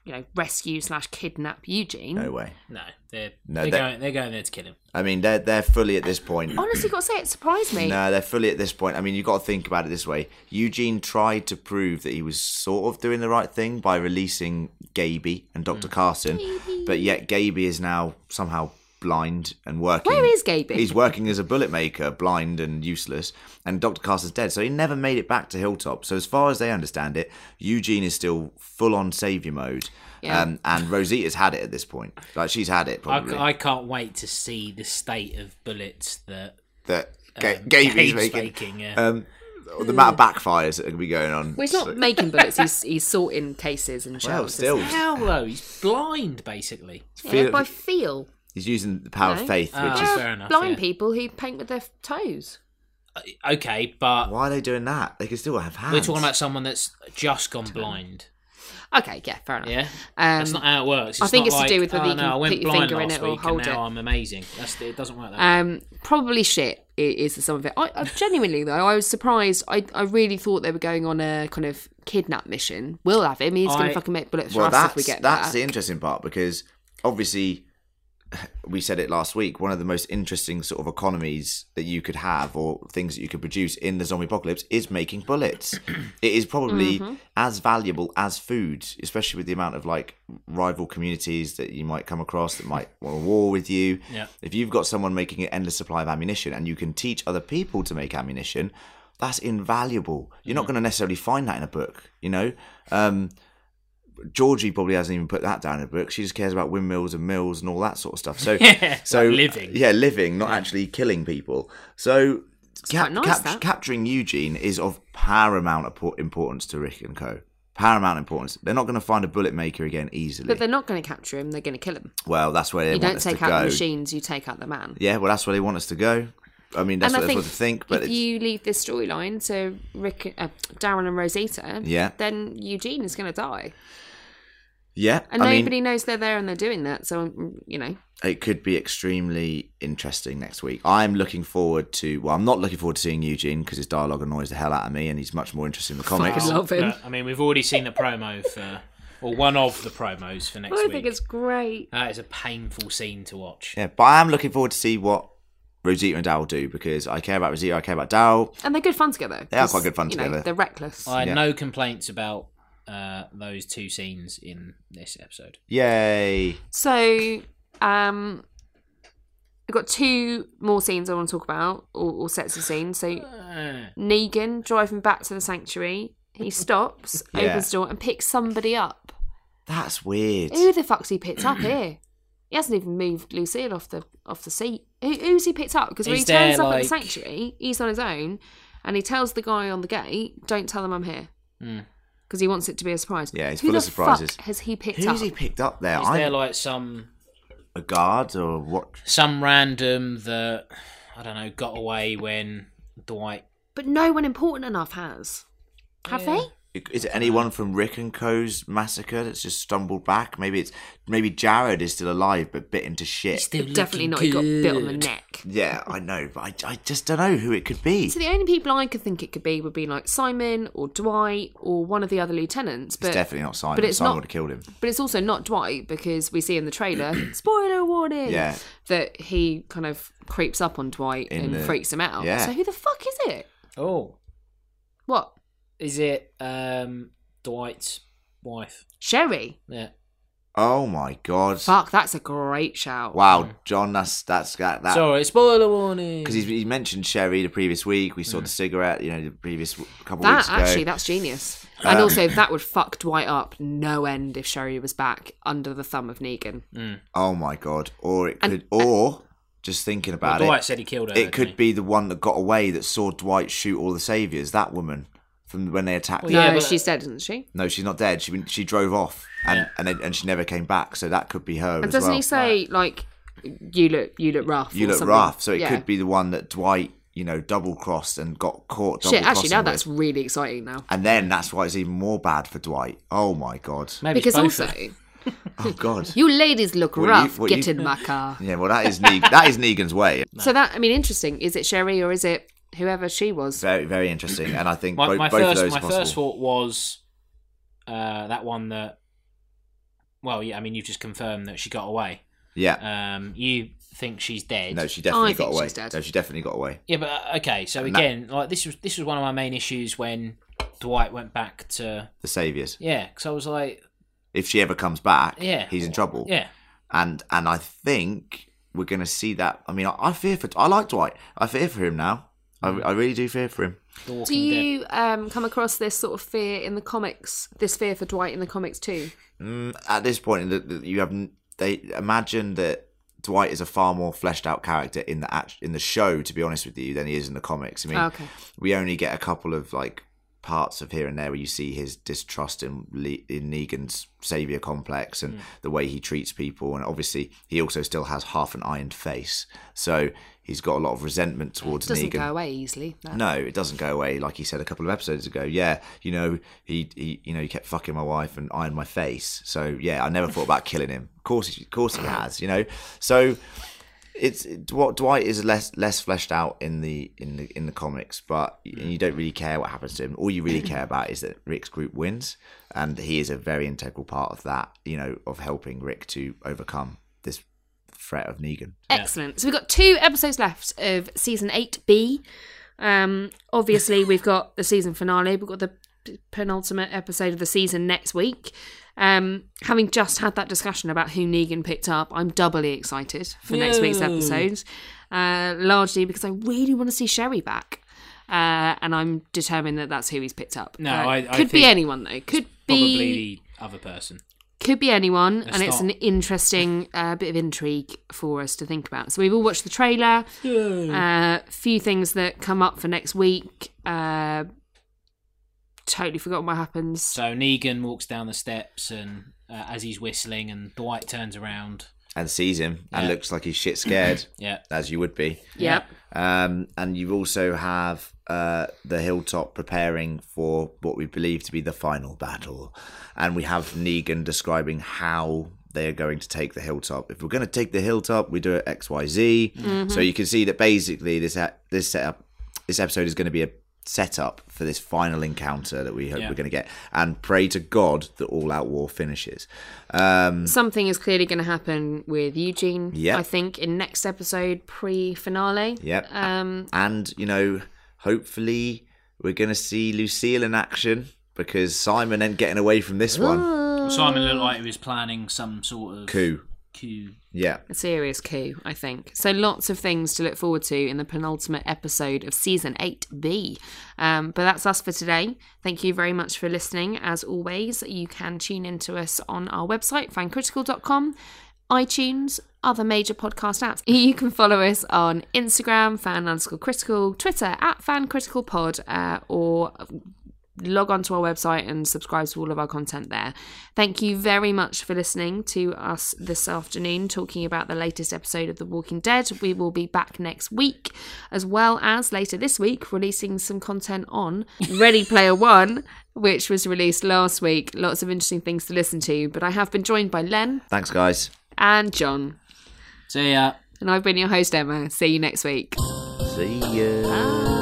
B: you know rescue slash kidnap Eugene.
D: No way.
C: No, they're
D: No,
C: they're
D: that-
C: going they're going there to kill him.
D: I mean, they're they're fully at this point.
B: Honestly, got to say it surprised me.
D: No, they're fully at this point. I mean, you've got to think about it this way. Eugene tried to prove that he was sort of doing the right thing by releasing Gaby and
B: Mm.
D: Dr. Carson, but yet Gaby is now somehow blind and working.
B: Where is Gaby?
D: He's working as a bullet maker, blind and useless, and Dr. Carson's dead, so he never made it back to Hilltop. So, as far as they understand it, Eugene is still full on savior mode.
B: Yeah.
D: Um, and Rosita's had it at this point. Like, she's had it
C: I,
D: probably.
C: I can't wait to see the state of bullets that
D: that Ga-
C: um,
D: Gaby's
C: Gabe's
D: making.
C: making, yeah.
D: Um, the amount of backfires that are going to be going on.
B: Well, he's not
D: So-
B: making bullets. He's he's sorting cases and
D: well,
B: shells.
D: still,
C: How though? He's blind, basically.
B: Yeah,
D: feel-
B: by feel.
D: he's using the power
B: No.
D: of faith, which
C: Ah.
D: is
C: Yeah.
B: There
C: fair
B: are
C: enough,
B: blind
C: yeah.
B: people who paint with their f- toes.
C: Okay, but
D: why are they doing that? They can still have hands.
C: we're talking about someone that's just gone blind.
B: Okay, yeah, fair enough.
C: Yeah,
B: Um,
C: that's not how it works.
B: I think
C: not
B: it's to
C: like,
B: do with whether
C: oh,
B: you can
C: no, I went
B: put your
C: blind
B: finger in
C: last
B: it or
C: week
B: hold
C: and now
B: it."
C: I'm amazing. That's it. Doesn't work that way.
B: Um, probably shit i- is the sum of it. I, I genuinely though, I was surprised. I, I really thought they were going on a kind of kidnap mission. We'll have him. He's going
C: I-
B: to fucking make bullets for
D: well,
B: us
D: that's
B: if we get
D: that's
B: that.
D: the interesting part because obviously we said it last week. One of the most interesting sort of economies that you could have or things that you could produce in the zombie apocalypse is making bullets. it is probably
B: Mm-hmm.
D: as valuable as food, especially with the amount of like rival communities that you might come across that might want to war with you.
C: Yeah.
D: If you've got someone making an endless supply of ammunition and you can teach other people to make ammunition, that's invaluable. You're not going to necessarily find that in a book, you know? Um, Georgie probably hasn't even put that down in a book. She just cares about windmills and mills and all that sort of stuff. So, so uh,
C: like living.
D: yeah, living, not actually killing people. So,
B: quite
D: cap-
B: nice,
D: cap-
B: that.
D: capturing Eugene is of paramount impor- importance to Rick and Co. Paramount importance. They're not going to find a bullet maker again easily.
B: But they're not going to capture him. They're going to kill him.
D: well, that's where they
B: You
D: want
B: don't
D: us
B: take
D: to
B: out
D: go.
B: the machines. You take out the man.
D: Yeah, well, that's where they want us to go. I mean, that's
B: and
D: what
B: I
D: they're
B: think,
D: supposed to think, but
B: if
D: it's,
B: you leave this storyline to Rick, uh, Darren, and Rosita,
D: Yeah.
B: then Eugene is going to die,
D: yeah,
B: and
D: I mean,
B: nobody knows they're there and they're doing that. So mm, you know,
D: it could be extremely interesting next week. I'm looking forward to. Well, I'm not looking forward to seeing Eugene because his dialogue annoys the hell out of me, and he's much more interesting in the comics.
B: I love him.
C: Look, I mean, we've already seen the promo for, or one of the promos for next
B: I
C: week.
B: think it's great.
C: That is a painful scene to watch.
D: Yeah, but I am looking forward to see what Rosita and Dal do because I care about Rosita, I care about Dal.
B: And they're good fun together.
D: They are
B: 'cause,
D: quite good fun
B: you know,
D: together.
B: they're reckless.
C: I had
D: Yeah.
C: no complaints about uh, those two scenes in this episode.
D: Yay!
B: So, um, I've got two more scenes I want to talk about, or, or sets of scenes. So,
C: Uh,
B: Negan driving back to the sanctuary. He stops,
D: Yeah.
B: opens the door, and picks somebody up.
D: That's weird.
B: Who the fuck's he picked up here? He hasn't even moved Lucille off the off the seat. Who, who's he picked up? Because when
C: Is
B: he turns
C: there,
B: up at the
C: like-
B: sanctuary, he's on his own, and he tells the guy on the gate, "Don't tell them I'm here,here,"
C: Hmm.
B: because he wants it to be a surprise.
D: Yeah, he's
B: Who
D: full
B: the
D: of surprises.
B: Fuck has he picked
D: Who's
B: up?
D: he picked up there?
C: Is there
D: I'm-
C: like some
D: a guard or what?
C: some random that I don't know got away when Dwight?
B: But no one important enough has. Have
C: Yeah.
B: they?
D: Is it anyone from Rick and Co.'s massacre that's just stumbled back? Maybe it's maybe Jared is still alive but bitten to shit.
B: Definitely not. He got bit on the neck.
D: yeah, I know, but I, I just don't know who it could be.
B: So the only people I could think it could be would be like Simon or Dwight or one of the other lieutenants, but
D: it's definitely not Simon.
B: but it's
D: Simon
B: not-
D: would have killed him.
B: but it's also not Dwight because we see in the trailer spoiler warning
D: Yeah.
B: that he kind of creeps up on Dwight
D: In
B: and
D: the-
B: freaks him out.
D: yeah.
B: So who the fuck is it?
C: Oh,
B: What
C: is it um, Dwight's wife?
B: Sherry?
C: Yeah,
D: Oh my god!
B: Fuck, that's a great shout.
D: Wow, John, that's that's that. that
C: sorry, spoiler warning.
D: Because he mentioned Sherry the previous week. We saw the cigarette, you know, the previous w- couple
B: That
D: weeks ago.
B: actually, that's genius.
D: Um,
B: And also, that would fuck Dwight up no end if Sherry was back under the thumb of Negan.
D: oh my god! Or it could, or just thinking
C: Well,
D: about
C: Dwight
D: it,
C: said he killed her.
D: it could be the one that got away that saw Dwight shoot all the saviors. That woman from when they attacked.
C: Well,
D: him.
C: yeah,
B: no,
C: but-
B: she's dead, isn't she?
D: No, she's not dead. She went- she drove off, and and, then, and she never came back. So that could be her
B: And
D: as
B: doesn't
D: well.
B: he say like, "You look, you look rough"?
D: you
B: or
D: look
B: something?
D: rough. So it
B: Yeah.
D: could be the one that Dwight, you know, double crossed and got caught. Double
B: Shit, actually, now that's really exciting now.
D: And then that's why it's even more bad for Dwight. Oh my god!
C: Maybe it's
B: Because
C: both
B: also,
C: of them.
D: Oh god!
B: you ladies look
D: What you-
B: rough.
D: what
B: Get
D: you-
B: in my car.
D: Yeah, well, that is ne- that is Negan's way.
B: So that, I mean, interesting. Is it Sherry or is it whoever she was?
D: Very, very interesting. And I think
C: my,
D: bo-
C: my
D: both
C: first
D: of those
C: my
D: are possible.
C: first thought was uh, that one that. Well, yeah, I mean, you've just confirmed that she got away.
D: yeah.
C: Um, you think she's dead?
D: no, she definitely
B: Uh, I
D: got
B: think
D: away.
B: she's dead.
D: No, she definitely got away.
C: Yeah, but uh, okay. So
D: that-
C: again, like this was this was one of my main issues when Dwight went back to
D: The saviors.
C: yeah. Because I was like,
D: If she ever comes back,
C: Yeah.
D: he's in trouble.
C: yeah,
D: And and I think we're going to see that. I mean, I, I fear for. I like Dwight. I fear for him now. I,
C: Mm.
D: I really do fear for him.
C: The Walking
B: Do you um, come across this sort of fear in the comics? This fear for Dwight in the comics too?
D: Mm, at this point, the, the, you have n- they imagine that Dwight is a far more fleshed out character in the act, in the show, to be honest with you, than he is in the comics. I mean,
B: Okay.
D: we only get a couple of like parts of here and there where you see his distrust in Le- in Negan's savior complex
B: Hmm.
D: and the way he treats people, and obviously he also still has half an ironed face, so he's got a lot of resentment towards
B: Doesn't
D: Negan.
B: go away easily. No.
D: No, it doesn't go away. Like he said a couple of episodes ago, yeah, you know, he, he you know, he kept fucking my wife and ironed my face. So yeah, I never thought about killing him. Of course, he- of course he has, you know. So it's Dw- Dwight is less less fleshed out in the in the in the comics, but you, you don't really care what happens to him. All you really care about is that Rick's group wins, and he is a very integral part of that. You know, of helping Rick to overcome this threat of Negan.
B: Excellent. So we've got two episodes left of season 8B. Um, obviously, we've got the season finale. We've got the p- penultimate episode of the season next week. Um, having just had that discussion about who Negan picked up, I'm doubly excited for next week's
C: Yay.
B: episode, uh, largely because I really want to see Sherry back. Uh, and I'm determined that that's who he's picked up.
C: No,
B: Uh,
C: I- I
B: could be
C: think
B: anyone though. Could
C: probably
B: be
C: the other person.
B: could be anyone, and it's an
C: not.
B: interesting uh, bit of intrigue for us to think about. So we've all watched the trailer. A uh, few things that come up for next week. Uh, totally forgotten what happens.
C: So Negan walks down the steps, and uh, as he's whistling, and Dwight turns around.
D: And sees him and
C: Yeah.
D: looks like he's shit scared,
C: Yeah,
D: as you would be.
B: Yep.
D: Um, and you also have uh, the hilltop preparing for what we believe to be the final battle. And we have Negan describing how they are going to take the hilltop. If we're going to take the hilltop, we do it uh, X, Y, Z. So you can see that basically this ep- this setup, this episode is going to be a setup for this final encounter that we hope
C: Yeah.
D: we're going to get, and pray to God that all out war finishes. Um,
B: Something is clearly going to happen with Eugene.
D: Yep.
B: I think in next episode, pre finale.
D: Yep.
B: Um,
D: and you know, hopefully we're going to see Lucille in action because Simon ain't getting away from this one.
B: Ah.
C: Simon looked like he was planning some sort of
D: Coup.
C: coup.
D: Yeah.
B: a serious coup, I think. So lots of things to look forward to in the penultimate episode of season 8B. Um, but that's us for today. Thank you very much for listening. As always, you can tune in to us on our website, fancritical.com, iTunes, other major podcast apps. You can follow us on Instagram, fan underscore critical, Twitter at fancriticalpod, uh, or log on to our website and subscribe to all of our content there. Thank you very much for listening to us this afternoon talking about the latest episode of The Walking Dead. We will be back next week, as well as later this week, releasing some content on Ready Player One, which was released last week. Lots of interesting things to listen to, but I have been joined by Len
D: Thanks, guys.
B: and John.
C: So yeah.
B: And I've been your host, Emma. See you next week.
D: See ya.
B: Bye.